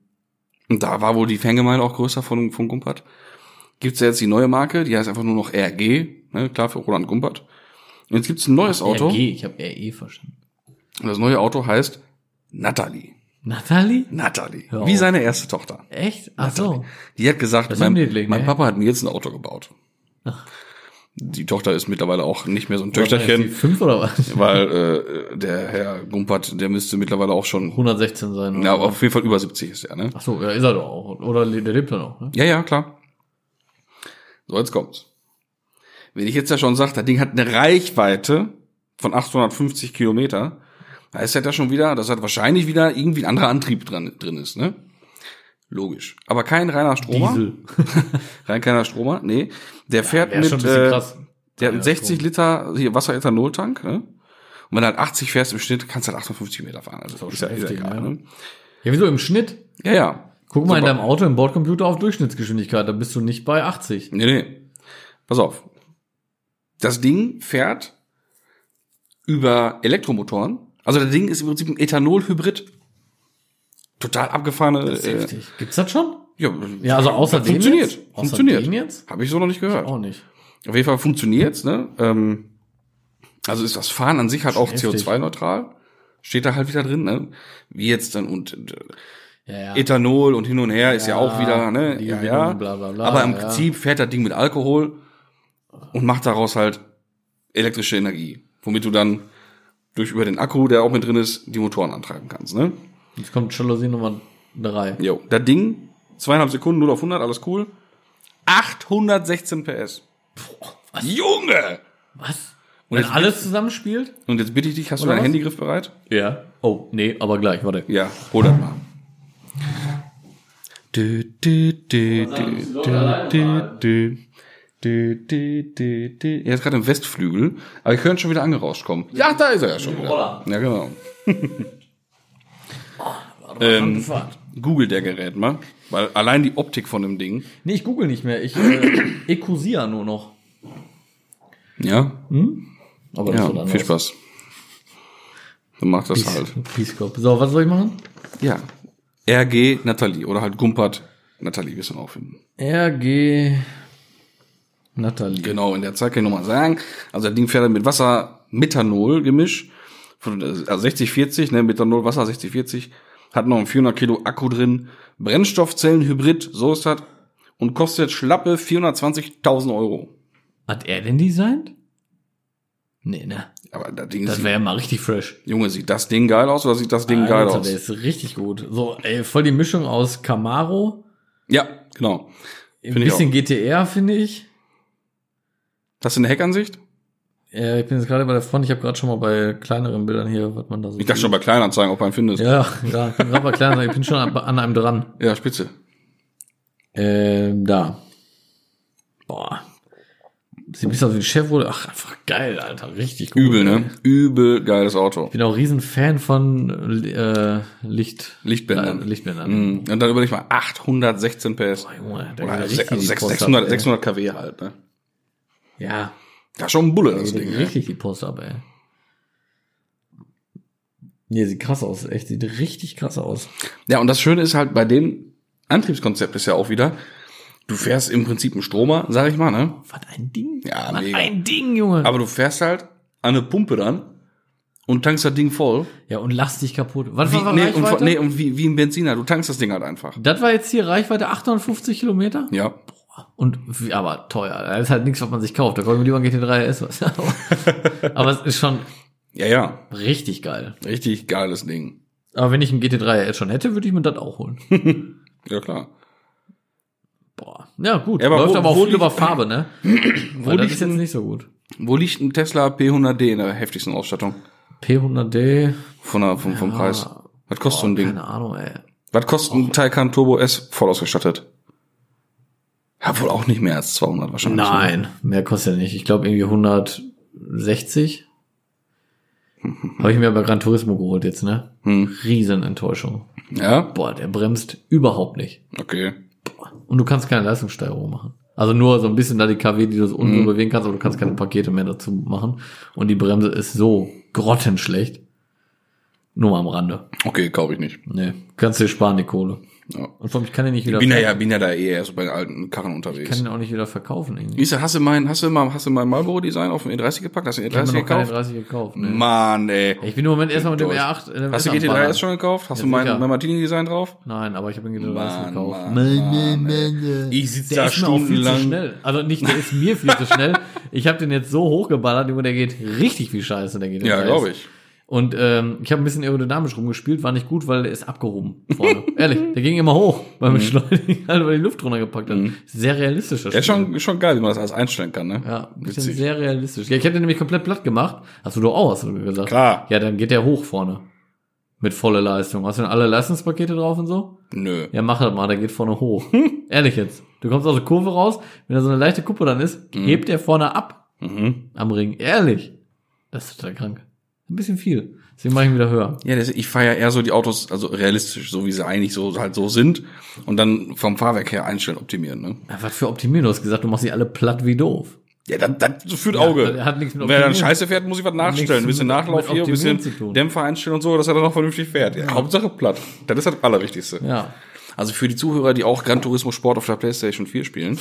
und da war wohl die Fangemeinde auch größer von, von Gumpert. Gibt's ja jetzt die neue Marke, die heißt einfach nur noch RG, ne, klar für Roland Gumpert. Und jetzt gibt's ein neues Auto. RG, ich habe RE verstanden. Und das neue Auto heißt Natalie. Nathalie? Natalie. Hör Wie auf. seine erste Tochter. Echt? Ach so. Die hat gesagt, Das ist mein, niedlich, mein ne? Papa hat mir jetzt ein Auto gebaut. Ach. Die Tochter ist mittlerweile auch nicht mehr so ein War die Töchterchen. Fünf oder was? <laughs> weil äh, der Herr Gumpert, der müsste mittlerweile auch schon, 116 sein. Oder? ja, auf jeden Fall über 70 ist er, ne? Ach so, ja, ist er doch auch. Oder le- der lebt ja noch. Ne? Ja, ja, klar. So, jetzt kommt's. Wenn ich jetzt ja schon sage, das Ding hat eine Reichweite von 850 Kilometer, da ist das ja schon wieder, dass hat wahrscheinlich wieder irgendwie ein anderer Antrieb dran, drin ist, ne? Logisch. Aber kein reiner Stromer. Rein keiner Stromer, nee. Der fährt Ja, mit, schon ein bisschen äh, krass. der hat einen Ja, 60 Liter hier Wasserethanol-Tank, ne? Und wenn du halt 80 fährst im Schnitt, kannst du halt 58 Meter fahren. Also ist ja, ist ja heftig, egal, ja. ne? Ja, wieso im Schnitt? Ja, ja. Guck mal in Super. deinem Auto im Bordcomputer auf Durchschnittsgeschwindigkeit, da bist du nicht bei 80. Nee, nee. Pass auf. Das Ding fährt über Elektromotoren. Also das Ding ist im Prinzip ein Ethanol-Hybrid. Total abgefahrene. Das ist äh, heftig. Gibt's das schon? Ja, Ja, also außerdem funktioniert. jetzt? Außer Funktioniert. dem jetzt? Habe ich so noch nicht gehört. Auch nicht. Auf jeden Fall funktioniert's, ne? Ähm, also ist das Fahren an sich halt auch Heftig. CO2-neutral. Steht da halt wieder drin, ne? Wie jetzt dann und äh, Ja, ja. Ethanol und hin und her ist ja, Ja, auch wieder, ne? die Ja, Gewinnung, ja. bla, bla, bla, Aber im ja. Prinzip fährt das Ding mit Alkohol und macht daraus halt elektrische Energie, womit du dann durch über den Akku, der auch mit drin ist, die Motoren antreiben kannst, ne? Jetzt kommt Jalousie Nummer drei. Jo, das Ding, zweieinhalb Sekunden, 0 auf 100, alles cool. 816 PS. Junge! Was? Und Wenn jetzt- alles zusammenspielt? Und jetzt bitte ich dich, hast du Oder dein was? Handygriff bereit? Ja. Oh, nee, aber gleich, warte. Ja, hol das mal. Du, du, du, du, du, du, du, du, du, du. Er ist gerade im Westflügel, aber ich höre ihn schon wieder angerauscht kommen. Ja, da ist er ja schon wieder. Roller. Ja, genau. Ähm. Google der Gerät mal, weil allein die Optik von dem Ding, Nee, ich google nicht mehr. Ich äh, <coughs> ekusiere nur noch. ja, Aber das ja viel Spaß. Dann macht das halt. Peace Corps. So, was soll ich machen? Ja. RG Nathalie oder halt Gumpert Nathalie, wirst du dann auch finden. RG Nathalie. Genau, in der Zeit kann ich nochmal sagen. Also das Ding fährt dann mit Wasser Methanol Gemisch. Von- Also 60 40, ne, Methanol Wasser 60 40, hat noch einen 400 Kilo Akku drin, Brennstoffzellen Hybrid, so ist das und kostet schlappe 420.000 Euro. Hat er denn designt? Nee, ne? Aber das Ding Das Ah, sieht, wäre ja mal richtig fresh. Junge, sieht das Ding geil aus oder sieht das Ding geil Alter, aus? Der ist richtig gut. So, ey, voll die Mischung aus Camaro, Ja, genau. ein Find ich bisschen GTR, finde ich. Das ist eine Heckansicht? Äh, ich bin jetzt gerade bei der Front, ich habe gerade schon mal bei kleineren Bildern hier, was man da so. Ich dachte schon bei Kleinanzeigen, ob man findest. Ja, Ja, ja, ich bin gerade bei kleineren, ich bin schon an, an einem dran. ja spitze. Ähm, da. Boah. Sieht ein bisschen aus wie ein Chevrolet. Ach, einfach geil, Alter. Richtig gut. Übel, ne? Übel geiles Auto. Ich bin auch riesen Fan von äh, Licht, Lichtbändern. Äh, Lichtbändern. Mhm. Und dann überleg mal 816 PS. Boah, Junge, der Oder geht also richtig die 600, Post ab, 600, ey. 600 kW halt, ne? Ja, Das ist schon ein Bulle, das der geht Ding. richtig die Post ab, ey. Nee, sieht krass aus. Echt, sieht richtig krass aus. ne? Ja, und das Schöne ist halt bei dem Antriebskonzept ist ja auch wieder, du fährst im Prinzip einen Stromer, sag ich mal, ne? Was ein Ding. Ja, Was mega. ein Ding, Junge. Aber du fährst halt an eine Pumpe ran und tankst das Ding voll. ja, und lass dich kaputt. Was Wie, war nee, und, Reichweite? nee, und wie, wie ein Benziner, du tankst das Ding halt einfach. Das war jetzt hier Reichweite 850 Kilometer? Ja. Und wie- aber teuer. Das ist halt nichts, was man sich kauft. Da kaufe ich mir lieber ein GT3 RS was. <laughs> Aber- aber es ist schon Ja, ja. richtig geil. Richtig geiles Ding. Aber wenn ich ein GT3 RS schon hätte, würde ich mir das <laughs> auch holen. Ja, klar. Boah. Ja, gut. Ja, aber Läuft wo- aber auch wo viel liegt- über Farbe, <clears throat> ne? Weil das liegt ist jetzt denn- nicht so gut. Wo liegt ein Tesla P100D in der heftigsten Ausstattung? P100D. Von der, vom, vom Ja. Preis. Was kostet so ein Ding? Keine Ahnung, ey. Was kostet ein Taycan Turbo S voll ausgestattet? Ja, wohl auch nicht mehr als 200 wahrscheinlich. ne? Nein, mehr kostet ja nicht. Ich glaube <laughs> irgendwie 160. Habe ich mir bei Gran Turismo geholt jetzt, ne? Hm. Riesenenttäuschung. Ja? Boah, der bremst überhaupt nicht. Okay. Und du kannst keine Leistungssteigerung machen. Also nur so ein bisschen da die KW, die du so Mhm. unten bewegen kannst, aber du kannst keine Pakete mehr dazu machen. Und die Bremse ist so grottenschlecht. Nur mal am Rande. Okay, kaufe ich nicht. Nee, kannst dir sparen, die Kohle. Ja. Und vor allem, ich kann den nicht wieder Bin ja, verkaufen. ja, bin ja da eh erst bei den alten Karren Ich kann unterwegs. den auch nicht wieder verkaufen irgendwie. Ich sag, hast du mein, hast du mal, hast du mein Marlboro Design auf den E30 gepackt? Hast du den Ich E30 habe mir noch keine gekauft? 30 gekauft. Nee. Mann, ey. Ich bin im Moment erstmal mit dem Durch. R8. äh, dem Hast du S am GT3 Ballern. S schon gekauft? Hast Ja, du mein, sicher. mein Martini Design drauf? Nein, aber ich habe ihn GT3 S Mann, gekauft. Mann, Mann, ey. Ich sitze da ist mir auch viel zu stundenlang. schnell. Also nicht, der ist mir viel zu schnell. Ich habe den jetzt so hochgeballert, Junge, der geht richtig viel Scheiße, der geht Ja, glaube ich. Und ähm, ich habe ein bisschen aerodynamisch rumgespielt, war nicht gut, weil der ist abgehoben <laughs> vorne. Ehrlich, der ging immer hoch, weil Mhm. man Beschleunigung <laughs> halt über die Luft runtergepackt hat. Sehr realistischer Der Spiel. ist schon, schon geil, wie man das alles einstellen kann, ne? Ja, ein bisschen Witzig. sehr realistisch. Ja, ich hätte den nämlich komplett platt gemacht. Hast du doch auch, hast du mir gesagt. Klar. Ja, dann geht der hoch vorne. Mit voller Leistung. Hast du denn alle Leistungspakete drauf und so? Nö. Ja, mach das mal, der geht vorne hoch. <laughs> Ehrlich jetzt. Du kommst aus der Kurve raus, wenn da so eine leichte Kuppe dann ist, hebt er vorne ab Mhm. am Ring. Ehrlich. Das ist total krank. Ein bisschen viel. Deswegen mache ich ihn wieder höher. Ja, das, ich fahre ja eher so die Autos, also realistisch, so wie sie eigentlich so halt so sind und dann vom Fahrwerk her einstellen, optimieren. Ne? Ja, was für Optimierung? Du hast gesagt, du machst sie alle platt wie doof. Ja, das, das führt Auge. das hat nichts mit Wenn er dann Optimieren- scheiße fährt, muss ich was nachstellen. Ein nichts bisschen mit- Nachlauf mit hier, ein Optimieren bisschen zu tun. Dämpfer einstellen und so, dass er dann noch vernünftig fährt. Ja, Hauptsache platt. Das ist das Allerwichtigste. Ja. Also für die Zuhörer, die auch Gran Turismo Sport auf der PlayStation 4 spielen.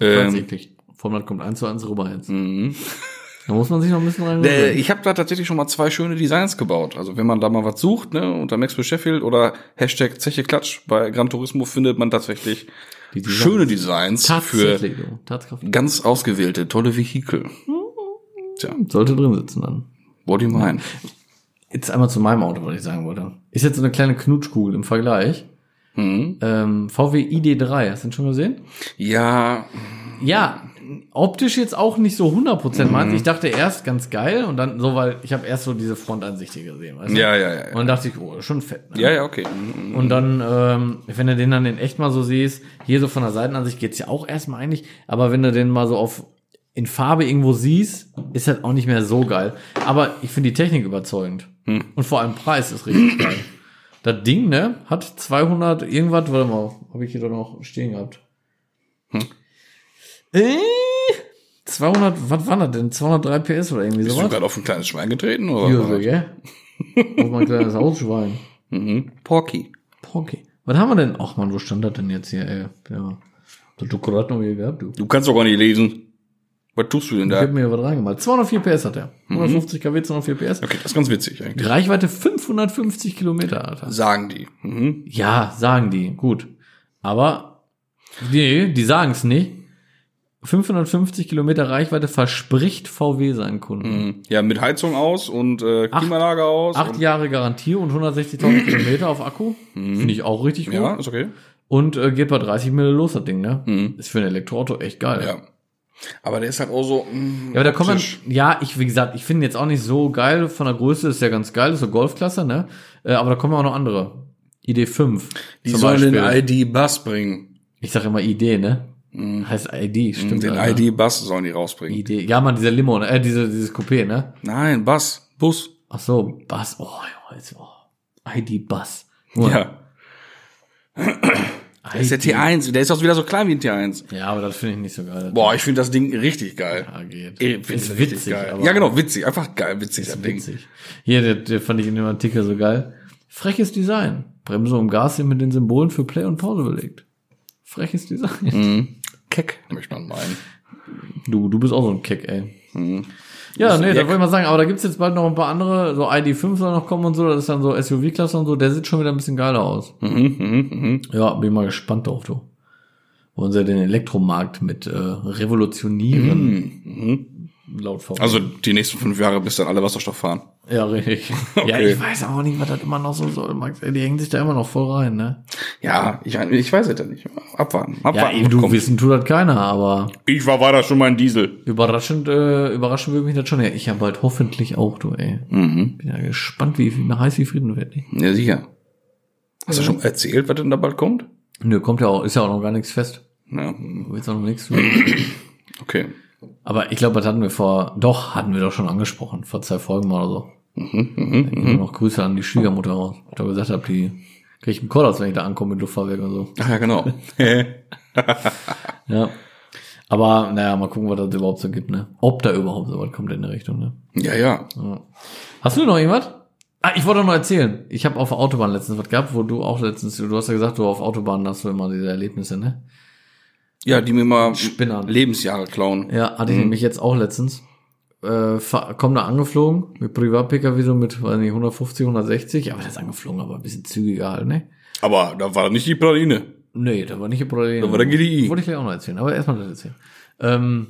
ähm, Mhm. Tatsächlich. Formel kommt eins zu eins rüber jetzt. Da muss man sich noch ein bisschen rein. äh, ich habe da tatsächlich schon mal zwei schöne Designs gebaut. Also wenn man da mal was sucht, ne, unter Max für Sheffield oder Hashtag Zeche Klatsch bei Gran Turismo findet man tatsächlich Die Designs. schöne Designs für Tatsächlich. du. Tatkraft. ganz ausgewählte, tolle Vehikel. Sollte drin sitzen dann. What do you mind? Jetzt einmal zu meinem Auto, was ich sagen wollte. Ist jetzt so eine kleine Knutschkugel im Vergleich. Mhm. Ähm, VW ID3, hast du den schon gesehen? Ja, Ja, optisch jetzt auch nicht so 100% Mhm. meins. Ich dachte erst ganz geil und dann so, weil ich habe erst so diese Frontansicht hier gesehen. Weißt ja, du? ja, ja. Also Und dann dachte ich, oh, schon fett. Ne? Ja, ja, okay. Mhm, mhm. Und dann, ähm, wenn du den dann in echt mal so siehst, hier so von der Seitenansicht geht's ja auch erstmal eigentlich, aber wenn du den mal so auf in Farbe irgendwo siehst, ist das auch nicht mehr so geil. Aber ich finde die Technik überzeugend. Und vor allem Preis ist richtig geil. Das Ding, ne, hat 200 irgendwas, warte mal, habe ich hier doch noch stehen gehabt. Äh, 200, was war das denn? 203 PS oder irgendwie Bist du sowas? gerade auf ein kleines Schwein getreten? Oder? Jürgen, gell? Auf mein kleines Hausschwein. Mhm. Porky. Porky. Was haben wir denn? Ach man, wo stand das denn jetzt hier, ey? Ja. Du hast gerade noch hier gehabt, du. Du kannst doch gar nicht lesen. Was tust du denn Ich da? hab mir was reingemalt. 204 PS hat er. Mhm. 150 kW, 204 PS. Okay, das ist ganz witzig eigentlich. Reichweite 550 Kilometer, Alter. Sagen die. Mhm. Ja, sagen die. Gut. Aber, nee, die sagen es nicht. 550 Kilometer Reichweite verspricht VW seinen Kunden. Mhm. Ja, mit Heizung aus und äh, Acht- Klimaanlage aus. Acht und, Jahre Garantie und <clears throat> 160.000 Kilometer auf Akku. Finde ich auch richtig gut. Mhm. ja, ist okay. Und äh, geht bei 30 Mille los, das Ding, ne? Ist für ein Elektroauto echt geil. Ja. Aber der ist halt auch so. Mh, Ja, aber da kommt man, ja, ich, wie gesagt, ich finde ihn jetzt auch nicht so geil von der Größe, ist ja ganz geil, ist so Golfklasse, ne? Äh, Aber da kommen auch noch andere. ID5. Die zum sollen Beispiel. den ID-Bass bringen. Ich sag immer ID, ne? Heißt ID, stimmt. Mhm. Den Alter. ID-Bass sollen die rausbringen. ID. Ja, man, dieser Limo, ne? äh, diese, dieses Coupé, ne? Nein, Bass. Bus. Ach so, Bass, oh, ja, jetzt, oh. ID Bass. Ja. Das ist der ID. T1. Der ist auch wieder so klein wie ein T1. Ja, aber das finde ich nicht so geil. Boah, ich finde das Ding richtig geil. Ja, geht. Ich find's Ist richtig witzig, geil. aber- Ja, genau, witzig. Einfach geil, witzig, das Ding. Witzig. Hier, der, der fand ich in dem Artikel so geil. Freches Design. Bremse und Gas sind mit den Symbolen für Play und Pause belegt. Freches Hm. Design. Keck, möchte man meinen. Du, du bist auch so ein Keck, ey. Hm. Ja, nee, da Jack. wollte ich mal sagen, aber da gibt's jetzt bald noch ein paar andere, so ID5 soll noch kommen und so, das ist dann so SUV-Klasse und so, der sieht schon wieder ein bisschen geiler aus. Hm. Ja, bin mal gespannt drauf, du. Wollen sie den Elektromarkt mit äh, revolutionieren, laut VW. Also die nächsten fünf Jahre, bis dann alle Wasserstoff fahren. Ja, richtig. Ja, <laughs> Okay. ich weiß auch nicht, was das immer noch so soll, Max. Ey, Die hängen sich da immer noch voll rein, ne? Ja, ich, ich weiß es ja nicht. Abwarten. Ja, Abwarten. eben, du Komm. wissen tut das keiner, aber ich war, war da schon mal ein Diesel. überraschend, äh, überraschend würde mich das schon. Ja, ich ja bald hoffentlich auch, du, ey. Bin ja gespannt, wie, wie heiß wie Frieden wird. ey. Ja, sicher. Hast du schon erzählt, was denn da bald kommt? Nö, kommt ja auch, ist ja auch noch gar nichts fest. Ja, Jetzt auch noch nichts. zu. okay. Aber ich glaube, das hatten wir vor, doch, hatten wir doch schon angesprochen, vor zwei Folgen mal oder so. Nur noch Grüße an die Schwiegermutter raus. Ich doch gesagt habe, die krieg ich einen Kollaps, wenn ich da ankomme mit Luftfahrwerk und so. Ach ja, <laughs> genau. Ja. Aber naja, mal gucken, was das überhaupt so gibt, ne? Ob da überhaupt so was kommt in der Richtung, ne? ja, ja. Hast du noch irgendwas? Ah, ich wollte noch erzählen. Ich habe auf der Autobahn letztens was gehabt, wo du auch letztens, du hast ja gesagt, du auf Autobahnen hast du immer diese Erlebnisse, ne? Ja, die mir mal Spinnern. Lebensjahre klauen. Ja, hatte ich nämlich jetzt auch letztens. Äh, fahr- komm da angeflogen, mit Privat-Pkw so mit, weiß nicht, 150, 160, aber der ist angeflogen, aber ein bisschen zügiger halt, ne? Aber da war nicht die Praline. Nee, da war nicht Problem. Da war der GDI. Wollte ich gleich auch noch erzählen, aber erstmal das erzählen. Ähm,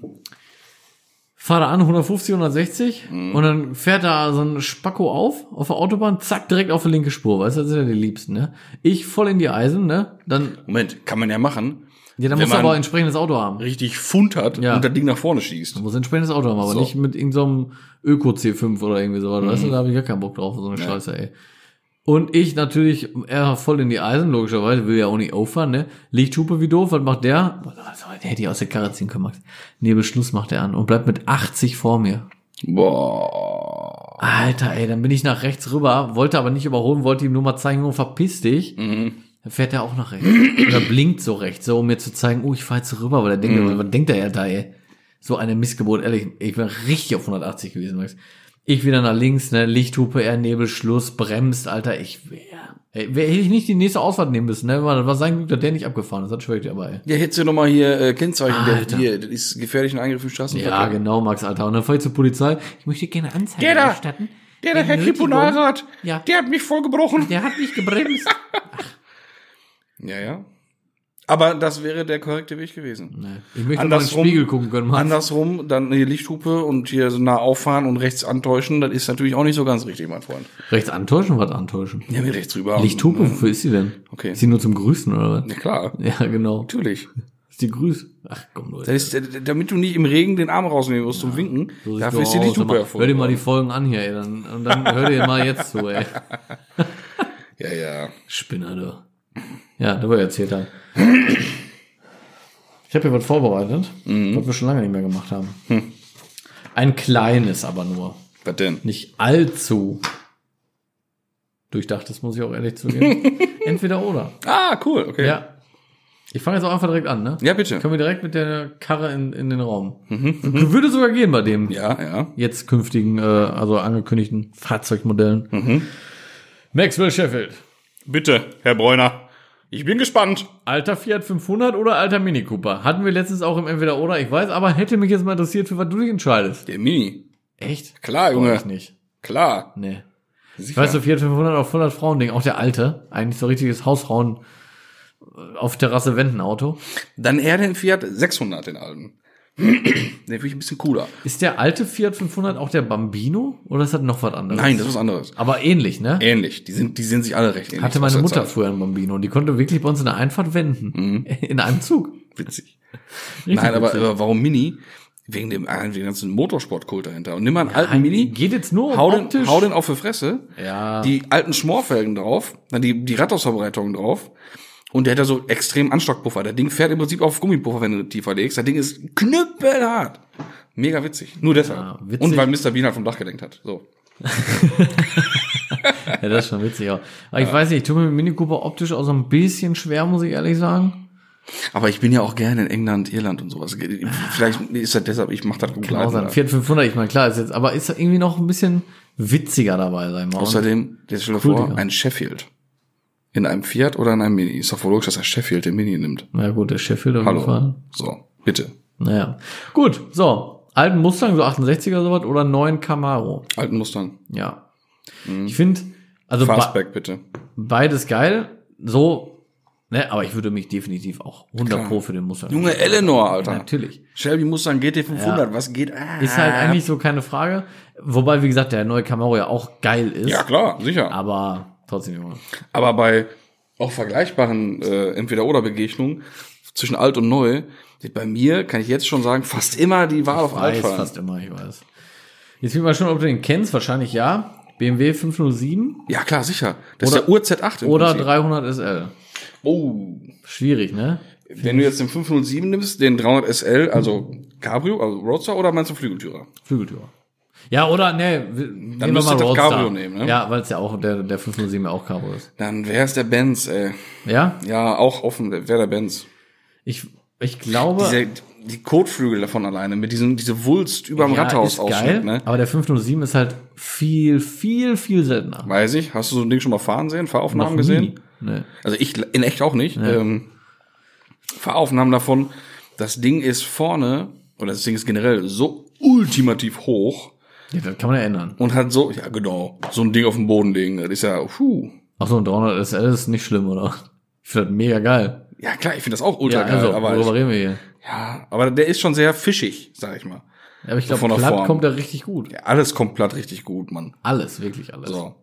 fahr da an, 150, 160 Mhm. und dann fährt da so ein Spacko auf, auf der Autobahn, zack, direkt auf die linke Spur, weißt du, das sind ja die Liebsten, ne? Ich voll in die Eisen, ne? Dann, Moment, kann man ja machen. ja, dann Wenn muss man- aber ein entsprechendes Auto haben. Richtig funtert Ja. und das Ding nach vorne schießt. Muss ein entsprechendes Auto haben, aber nicht mit irgendeinem Öko C5 oder irgendwie sowas, weißt du, da habe ich gar keinen Bock drauf, so eine Scheiße, ey. Und ich natürlich eher voll in die Eisen, logischerweise, will ja auch nicht auffahren, ne? Lichthupe wie doof, was macht der? Boah, was soll- Der hätte ich aus der Karre ziehen können, Max. Nebelschluss macht er an und bleibt mit 80 vor mir. Boah. Alter, ey, dann bin ich nach rechts rüber, wollte aber nicht überholen, wollte ihm nur mal zeigen, oh, verpiss dich. Mhm. Dann fährt er auch nach rechts. Oder blinkt so rechts, so um mir zu zeigen, oh, ich fahr jetzt rüber, weil er Mhm. denkt, was denkt er ja da, ey? So eine Missgeburt, ehrlich, ich wäre richtig auf 180 gewesen, Max. Ich wieder nach links, ne? Lichthupe, er Nebelschluss, bremst, Alter. Ich wär, ey, wär, hätte ich nicht die nächste Ausfahrt nehmen müssen, ne? War, war sein Glück, dass der nicht abgefahren ist. Das schwöre ich dir aber, ey. Ja, hättest du nochmal hier äh, Kennzeichen, der, Alter. hier, das ist gefährlichen Eingriff im Straßenverkehr. Ja, genau, Max, Alter. Und dann fahre ich zur Polizei. Ich möchte gerne Anzeige Der da! erstatten. Der, der Herr Wegen Nötigung. Kipunarat, Ja. der hat mich vorgebrochen. Der hat mich gebremst. Ja, ja. Aber das wäre der korrekte Weg gewesen. Ne, Ich möchte mal in den Andersrum- Spiegel gucken können, Mann. Andersrum, dann hier Lichthupe und hier so nah auffahren und rechts antäuschen, das ist natürlich auch nicht so ganz richtig, mein Freund. Rechts antäuschen, was antäuschen? Ja, mir rechts rüber. Lichthupe, wofür ist sie denn? Okay. Ist sie nur zum Grüßen, oder Ja, klar. was? Ja, genau. Natürlich. Ist die Grüß. Ach, komm, Leute. Das ist, äh, damit du nicht im Regen den Arm rausnehmen musst zum Winken, So sieht's dafür doch ist die aus. Lichthupe Hör mal, Hör dir mal die hervorgehoben. Folgen an hier, ey. Dann, und dann hör dir mal jetzt zu, <laughs> ey. Ja, ja. Spinner, du. Ja, da war erzählt haben. Ich habe hier was vorbereitet, Mhm. was wir schon lange nicht mehr gemacht haben. Hm. Ein kleines aber nur. Was denn? Nicht allzu durchdacht, das muss ich auch ehrlich zugeben. <laughs> Entweder oder. Ah, cool, okay. Ja, Ja. Ich fange jetzt auch einfach direkt an, ne? bitte. Können wir direkt mit der Karre in, in den Raum. Mhm. Würde sogar gehen bei dem Mhm. Ja, ja. jetzt künftigen, äh, also angekündigten Fahrzeugmodellen. Mhm. Maxwell Sheffield. Bitte, Herr Bräuner. Ich bin gespannt. Alter Fiat 500 oder alter Mini Cooper? Hatten wir letztens auch im Entweder-Oder, ich weiß, aber hätte mich jetzt mal interessiert, für was du dich entscheidest. Der Mini. Echt? Klar, Boah, ich Junge. nicht. Klar. Nee. Ich Sicher. weiß, so Fiat 500 auf 100 Frauending, auch der alte, eigentlich so richtiges Hausfrauen äh, auf Terrasse wenden Auto. Dann eher den Fiat 600, den alten. <clears throat> den finde ich ein bisschen cooler. Ist der alte Fiat 500 auch der Bambino oder ist das noch was anderes? Nein, das ist was anderes. aber ähnlich, ne? Ähnlich. Die sind, die sehen sich alle recht ähnlich. Hatte aus meine der Mutter Zeit. früher einen Bambino und die konnte wirklich bei uns in der Einfahrt wenden. <laughs> In einem Zug. Witzig. Richtig Mhm. Nein, aber, witzig. aber warum Mini? Wegen dem, ah, wegen dem ganzen Motorsportkult dahinter. Und nimm mal einen alten Mini, geht jetzt nur um hau den, optisch. hau den auf die Fresse, ja, die alten Schmorfelgen drauf, dann die, die Radhausverbreitungen drauf. Und der hat da so extrem Anstockpuffer. Der Ding fährt im Prinzip auf Gummipuffer, wenn du tiefer legst. Das Ding ist knüppelhart. Mega witzig. Nur deshalb. Ja, witzig. Und weil Mr. Bean halt vom Dach gelenkt hat. So. ja, das ist schon <laughs> witzig auch. Aber ich weiß nicht, ich tue mir mit Mini Cooper optisch auch so ein bisschen schwer, muss ich ehrlich sagen. Aber ich bin ja auch gerne in England, Irland und sowas. Vielleicht ist das deshalb, ich mache das Kann auch komplett. sein. Fiat 500, ich meine, klar, ist jetzt, aber ist da irgendwie noch ein bisschen witziger dabei, sag ich mal. Und Außerdem, jetzt stell dir Cool, vor, Digga. ein Sheffield. In einem Fiat oder in einem Mini. Ist doch wohl logisch, dass er Sheffield den Mini nimmt. na gut, der Sheffield auf jeden Fall. Hallo. So, bitte. Naja. Gut, so. Alten Mustang, so 68er sowas, oder neuen Camaro. Alten Mustang. Ja. Mhm. Ich finde, also ba- Fastback, bitte. beides geil. So, ne, aber ich würde mich definitiv auch 100 Klar. Pro für den Mustang. Junge Eleanor, Alter. Natürlich. Shelby Mustang GT500, was geht? Ah. Ist halt eigentlich so keine Frage. Wobei, wie gesagt, der neue Camaro ja auch geil ist. Ja, klar, sicher. Aber trotzdem, Junge. Aber bei auch vergleichbaren äh, Entweder-Oder-Begegnungen zwischen alt und neu, wird bei mir, kann ich jetzt schon sagen, fast immer die Wahl auf alt Weiß fallen. fast immer, ich weiß. Jetzt bin ich mal schon, ob du den kennst. Wahrscheinlich ja. BMW 507 Ja, klar, sicher. Das Oder- ist der UZ8 im oder Prinzip. 300 SL. Oh. Schwierig, ne? Wenn du jetzt den 507 nimmst, den 300 SL, also Cabrio, also Roadster oder meinst du Flügeltürer? Flügeltür. Ja, oder, ne, w- nehmen wir müsste mal ich das Roadster. Cabrio nehmen, ne? Ja, weil es ja auch, der, der 507 ja auch Cabrio ist. Dann wär's der Benz, ey. Ja? Ja, auch offen, wär der Benz. Ich, ich glaube. Diese, die Kotflügel davon alleine, mit diesem, diese Wulst überm Ja, Rathaus ist geil, Rathausausschnitt, ne? Aber der 507 ist halt viel, viel, viel seltener. Weiß ich. Hast du so ein Ding schon mal fahren sehen, Fahraufnahmen gesehen? Nee. Also ich in echt auch nicht. Ähm, Fahraufnahmen davon. Das Ding ist vorne, oder das Ding ist generell so ultimativ hoch Ja, das kann man ja ändern. und hat so, ja genau, so ein Ding auf dem Boden liegen. Das ist ja, puh. Achso, ein 300 SL ist nicht schlimm, oder? Ich finde das mega geil. Ja klar, ich finde das auch ultra Ja, geil, also, aber, worüber reden wir hier? ja, aber der ist schon sehr fischig, sag ich mal. Ja, aber ich glaube, von der Form. platt kommt da richtig gut. Ja, alles kommt platt richtig gut, Mann. Alles, wirklich alles. So.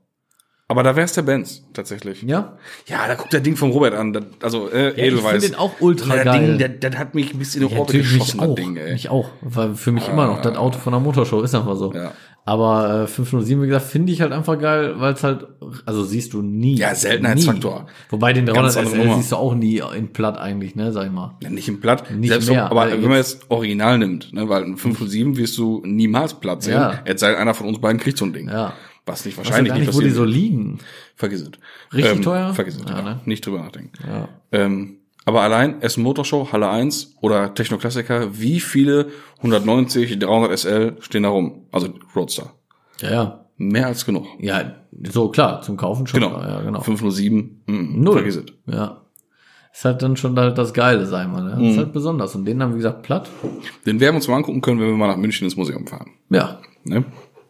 Aber da wär's der Benz, tatsächlich. Ja? Ja, da guckt der Ding von Robert an. Das, also äh, ja Edelweiß. Ich finde den auch ultra Ja, das geil. Ding, das, das hat mich bis in die ja, Orbit natürlich geschossen, mich das auch. Ding, ey. Mich auch. Weil für mich immer noch das Auto von der Motorshow ist einfach so. Ja. Aber äh, 507, wie gesagt, finde ich halt einfach geil, weil es halt, also siehst du nie. Ja, Seltenheitsfaktor. Nie. Wobei den Ganz 300 andere SL Nummer. siehst du auch nie in platt eigentlich, ne, sag ich mal. Ja, nicht im Platt, Nicht selbst mehr, äh, Ob, aber weil wenn man jetzt original nimmt, ne, weil ein 5 und 7 wirst du niemals Platt sehen. Ja. Jetzt sei denn, einer von uns beiden kriegt so ein Ding. Ja. Was nicht Weißt du wahrscheinlich gar nicht, nicht wo die passiert. so liegen. Vergiss es. Ähm, Richtig teuer? Vergiss es, Ja, ja, ne? Nicht drüber nachdenken. Ja. Ähm, aber allein Essen Motorshow, Halle 1 oder Technoklassiker, wie viele 190, 300 SL stehen da rum? Also Roadster. Ja, ja. Mehr als genug. Ja, so klar, zum Kaufen schon. Genau. Ja, genau. 507, mm, Null. vergiss es. Ja. Ist halt dann schon halt das Geile, sag ich mal. Ne? Mhm. Ist halt besonders. Und den haben, wie gesagt, platt. Den werden wir uns mal angucken können, wenn wir mal nach München ins Museum fahren. Ja, Ne?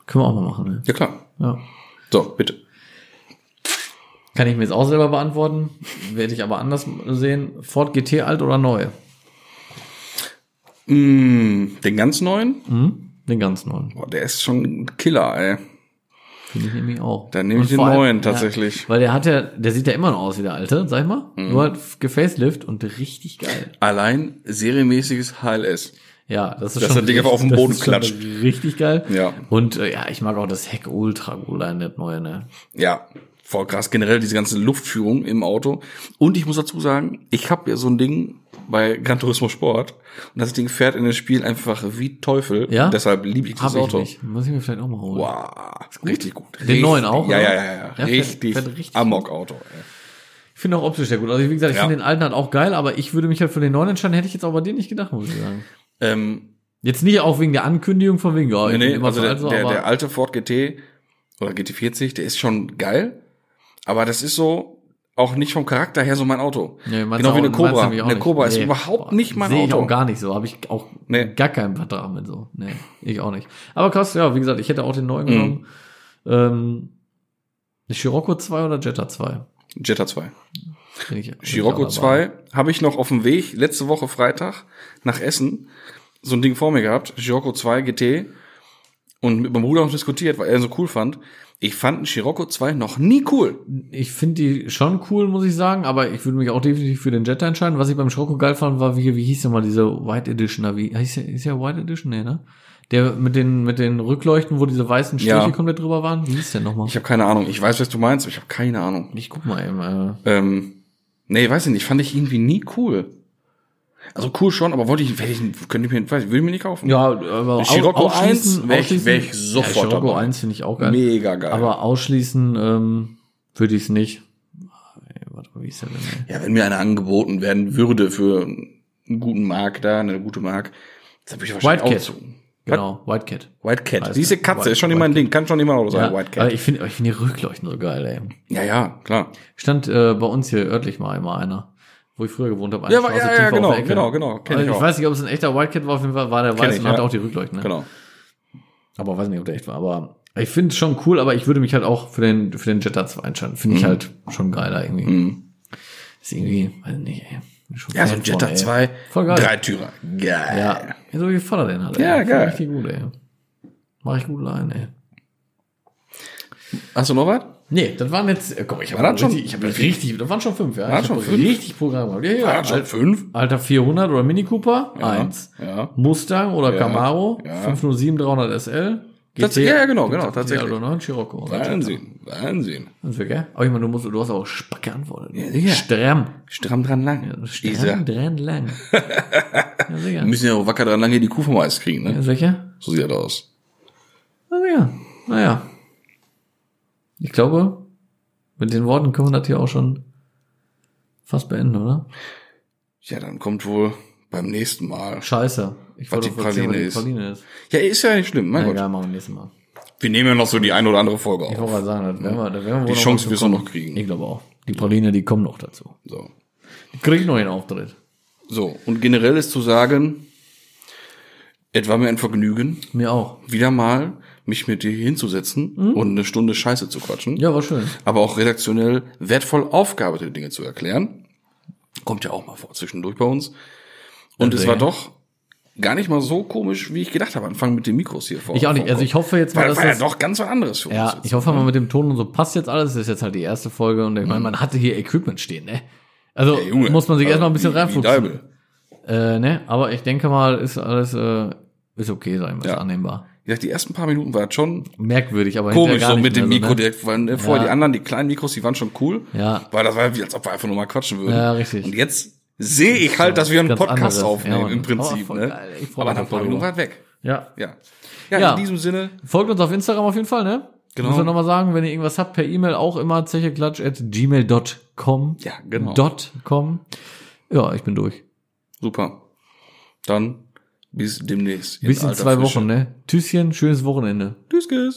können wir auch mal machen. Ne? Ja klar. Ja. So, bitte. Kann ich mir jetzt auch selber beantworten. Werde ich aber anders sehen. Ford GT alt oder neu? Mm, den ganz neuen? Mhm. Den ganz neuen. Boah, der ist schon ein Killer, ey. Finde ich nämlich auch. Dann nehme ich Und vor den allem- neuen ja, tatsächlich. Mhm. Weil der hat ja, der sieht ja immer noch aus wie der alte, sag ich mal. Nur halt gefacelift und richtig geil. Allein serienmäßiges HLS. Ja, das ist Dass schon. das Ding einfach auf den das Boden ist schon klatscht. Richtig geil. Ja. Und äh, ja, ich mag auch das Heck ultra cool, ein das neue, ne? Ja, voll krass. Generell diese ganze Luftführung im Auto. Und ich muss dazu sagen, ich habe ja so ein Ding bei Gran Turismo Sport. Und das Ding fährt in dem Spiel einfach wie Teufel. Ja? Deshalb liebe ich Hab dieses ich Auto. nicht. Muss ich mir vielleicht auch mal holen. Wow, richtig gut. Den richtig, neuen auch, Ja, oder? ja, ja, ja. Ja, richtig, fährt- fährt richtig Amok-Auto. ey. Ich finde auch optisch sehr gut. Also wie gesagt, ich Ja. finde den alten halt auch geil, aber ich würde mich halt für den neuen entscheiden, hätte ich jetzt auch bei dir nicht gedacht, muss ich sagen. Ähm, Jetzt nicht auch wegen der Ankündigung von wegen, ja, ich nee, bin nee, immer also so der, alt, so, der, aber der alte Ford GT oder GT40, der ist schon geil. Aber das ist so auch nicht vom Charakter her so mein Auto. Nee, meinst genau du wie auch- eine meinst du Cobra. nämlich auch Eine nicht. Cobra ist Nee. überhaupt nicht mein Sehe Auto. ich auch gar nicht so. Habe ich auch Nee. gar keinen Vertrag mit so. Nee, ich auch nicht. Aber krass, ja, wie gesagt, ich hätte auch den Mhm. neuen genommen. Ähm, Scirocco 2 oder Jetta 2? Jetta 2. Bin ich- bin ich Scirocco auch dabei. 2 habe ich noch auf dem Weg letzte Woche Freitag nach Essen so ein Ding vor mir gehabt, Scirocco 2 GT und mit meinem Bruder noch diskutiert, weil er ihn so cool fand. Ich fand einen Scirocco 2 noch nie cool. Ich finde die schon cool, muss ich sagen, aber ich würde mich auch definitiv für den Jetta entscheiden. Was ich beim Scirocco geil fand, war, wie, wie hieß denn mal diese White Edition da? Wie, hieß ja, ist ja White Edition? Nee, ne? Der mit den, mit den Rückleuchten, wo diese weißen Striche Ja. komplett drüber waren. Wie hieß der nochmal? Ich habe keine Ahnung. Ich weiß, was du meinst, aber ich habe keine Ahnung. Ich guck mal eben. Äh, Ähm, nee, weiß ich nicht. Fand ich irgendwie nie cool. Also cool schon, aber wollte ich, werde ich, könnte ich mir, weiß ich, würde ich mir nicht kaufen. Ja, aber Scirocco au- ausschließen- 1 wär ich- ausschließen- wär ich sofort ja, Scirocco dabei. 1 finde ich auch geil. Mega geil. Aber ausschließen ähm, würde ich es nicht. Ey, Warte mal, wie ist der denn? ey? ja, wenn mir einer angeboten werden würde für einen guten Mark da, eine gute Mark, das habe ich wahrscheinlich White auch Cat. zu. Genau, White Cat. White Cat. Heißt Diese er. Katze White- ist schon White immer ein Ding, kann schon immer so sein, Ja, White aber Cat. Ich finde ich finde die Rückleuchten so geil, ey. Ja, ja, klar. Stand äh, bei uns hier örtlich mal immer einer, wo ich früher gewohnt habe. eine Ja, aber- Straße ja, ja, tiefer auf genau, der Ecke. genau, genau, kenn Also ich ich auch. weiß nicht, ob es ein echter White Cat war, auf jeden Fall war der Kenn weiß ich, und hatte ja. auch die Rückleuchten. Ne? Genau. Aber weiß nicht, ob der echt war. Aber ich finde es schon cool, aber ich würde mich halt auch für den, für den Jetta 2 entscheiden. Finde ich halt schon geiler irgendwie. Mhm. Ist irgendwie, weiß nicht, ey. Bin schon Ja, so Fan ein Jetta von, ey. 2, Voll geil. Dreitürer. Geil. Ja, ja, so wie Vater den hat. ey. Ja, Find geil. ich Richtig gut, ey. Mach ich gut allein, ey. Hast du noch was? Nee, das waren jetzt, äh, komm, ich War habe das schon- richtig, ich hab richtig, das waren schon fünf, ja. Waren ich schon hab fünf? richtig Programm gehabt. Ja, ja, Ah, Al- fünf. Alter 400 oder Mini Cooper, eins. Ja. Mustang oder Ja, Camaro, ja. 507 300 SL. Das- ja, ja, genau, genau, tatsächlich. Oder 9 Scirocco. oder? Wahnsinn, Wahnsinn. Das wäre geil. Aber ich meine, du musst, du hast auch Spack geantwortet. Ja, sicher. Stramm. Stramm dran lang. Stramm <laughs> dran lang. ja, sicher. Wir müssen ja auch wacker dran lang hier die Kuh vom Eis kriegen, ne? Ja, sicher. So sieht das aus. Also ja, naja. Ich glaube, mit den Worten können wir das hier auch schon fast beenden, oder? Ja, dann kommt wohl beim nächsten Mal. Scheiße. Ich Was die doch erzählen, Praline was ist. die Praline ist. Ja, ist ja nicht schlimm, mein Na Gott. egal, machen wir nächstes Mal. Wir nehmen ja noch so die eine oder andere Folge Ich auf. wollte gerade sagen, das werden wir, das werden wir Die wohl noch Chance dazu wirst du kommen. noch kriegen. Ich glaube auch. Die Praline, die kommen noch dazu. So. Die kriegen noch ihren Auftritt. so, und generell ist zu sagen, es war mir ein Vergnügen, Mir auch. wieder mal mich mit dir hier hinzusetzen Hm? und eine Stunde Scheiße zu quatschen, Ja, war schön. aber auch redaktionell wertvoll aufgearbeitete Dinge zu erklären. Kommt ja auch mal vor zwischendurch bei uns. Und Also, es war ja. doch gar nicht mal so komisch, wie ich gedacht habe, Anfang mit den Mikros hier vor. Ich auch nicht. Also ich hoffe jetzt mal, war, dass war ja das, doch ganz was anderes für uns. ja, jetzt. ich hoffe mal mit dem Ton und so passt jetzt alles. Das ist jetzt halt die erste Folge und ich meine, man hatte hier Equipment stehen, ne? Also Ey, Junge, muss man sich erstmal ein bisschen wie- wie reinfuchsen. Deibel. Äh, ne, aber ich denke mal, ist alles äh, ist okay, sagen wir, Ja. ist annehmbar. Wie gesagt, die ersten paar Minuten war es schon Merkwürdig, aber komisch, hinterher gar so nicht mit dem mehr Mikro so, ne? direkt, weil ne, vorher Ja. die anderen, die kleinen Mikros, die waren schon cool. Ja. Weil das war wie, als ob wir einfach nur mal quatschen würden. Ja, richtig. Und jetzt sehe ich halt, dass wir einen Ganz Podcast anderes. aufnehmen, Ja, Mann. im Aber Prinzip. voll ne? geil, ey. Ich freu Aber mich nach ein voll paar Minuten drauf. war es weg. Ja. Ja. ja. Ja. in diesem Sinne, Folgt uns auf Instagram auf jeden Fall, ne? Genau. Muss ich nochmal sagen, wenn ihr irgendwas habt, per E-Mail auch immer zecheklatsch at gmail.com. Ja, genau. Dot .com. Ja, ich bin durch. super. Dann bis demnächst. Bis in alter zwei Frische. Wochen, ne? Tschüsschen, schönes Wochenende. Tschüss, tschüss.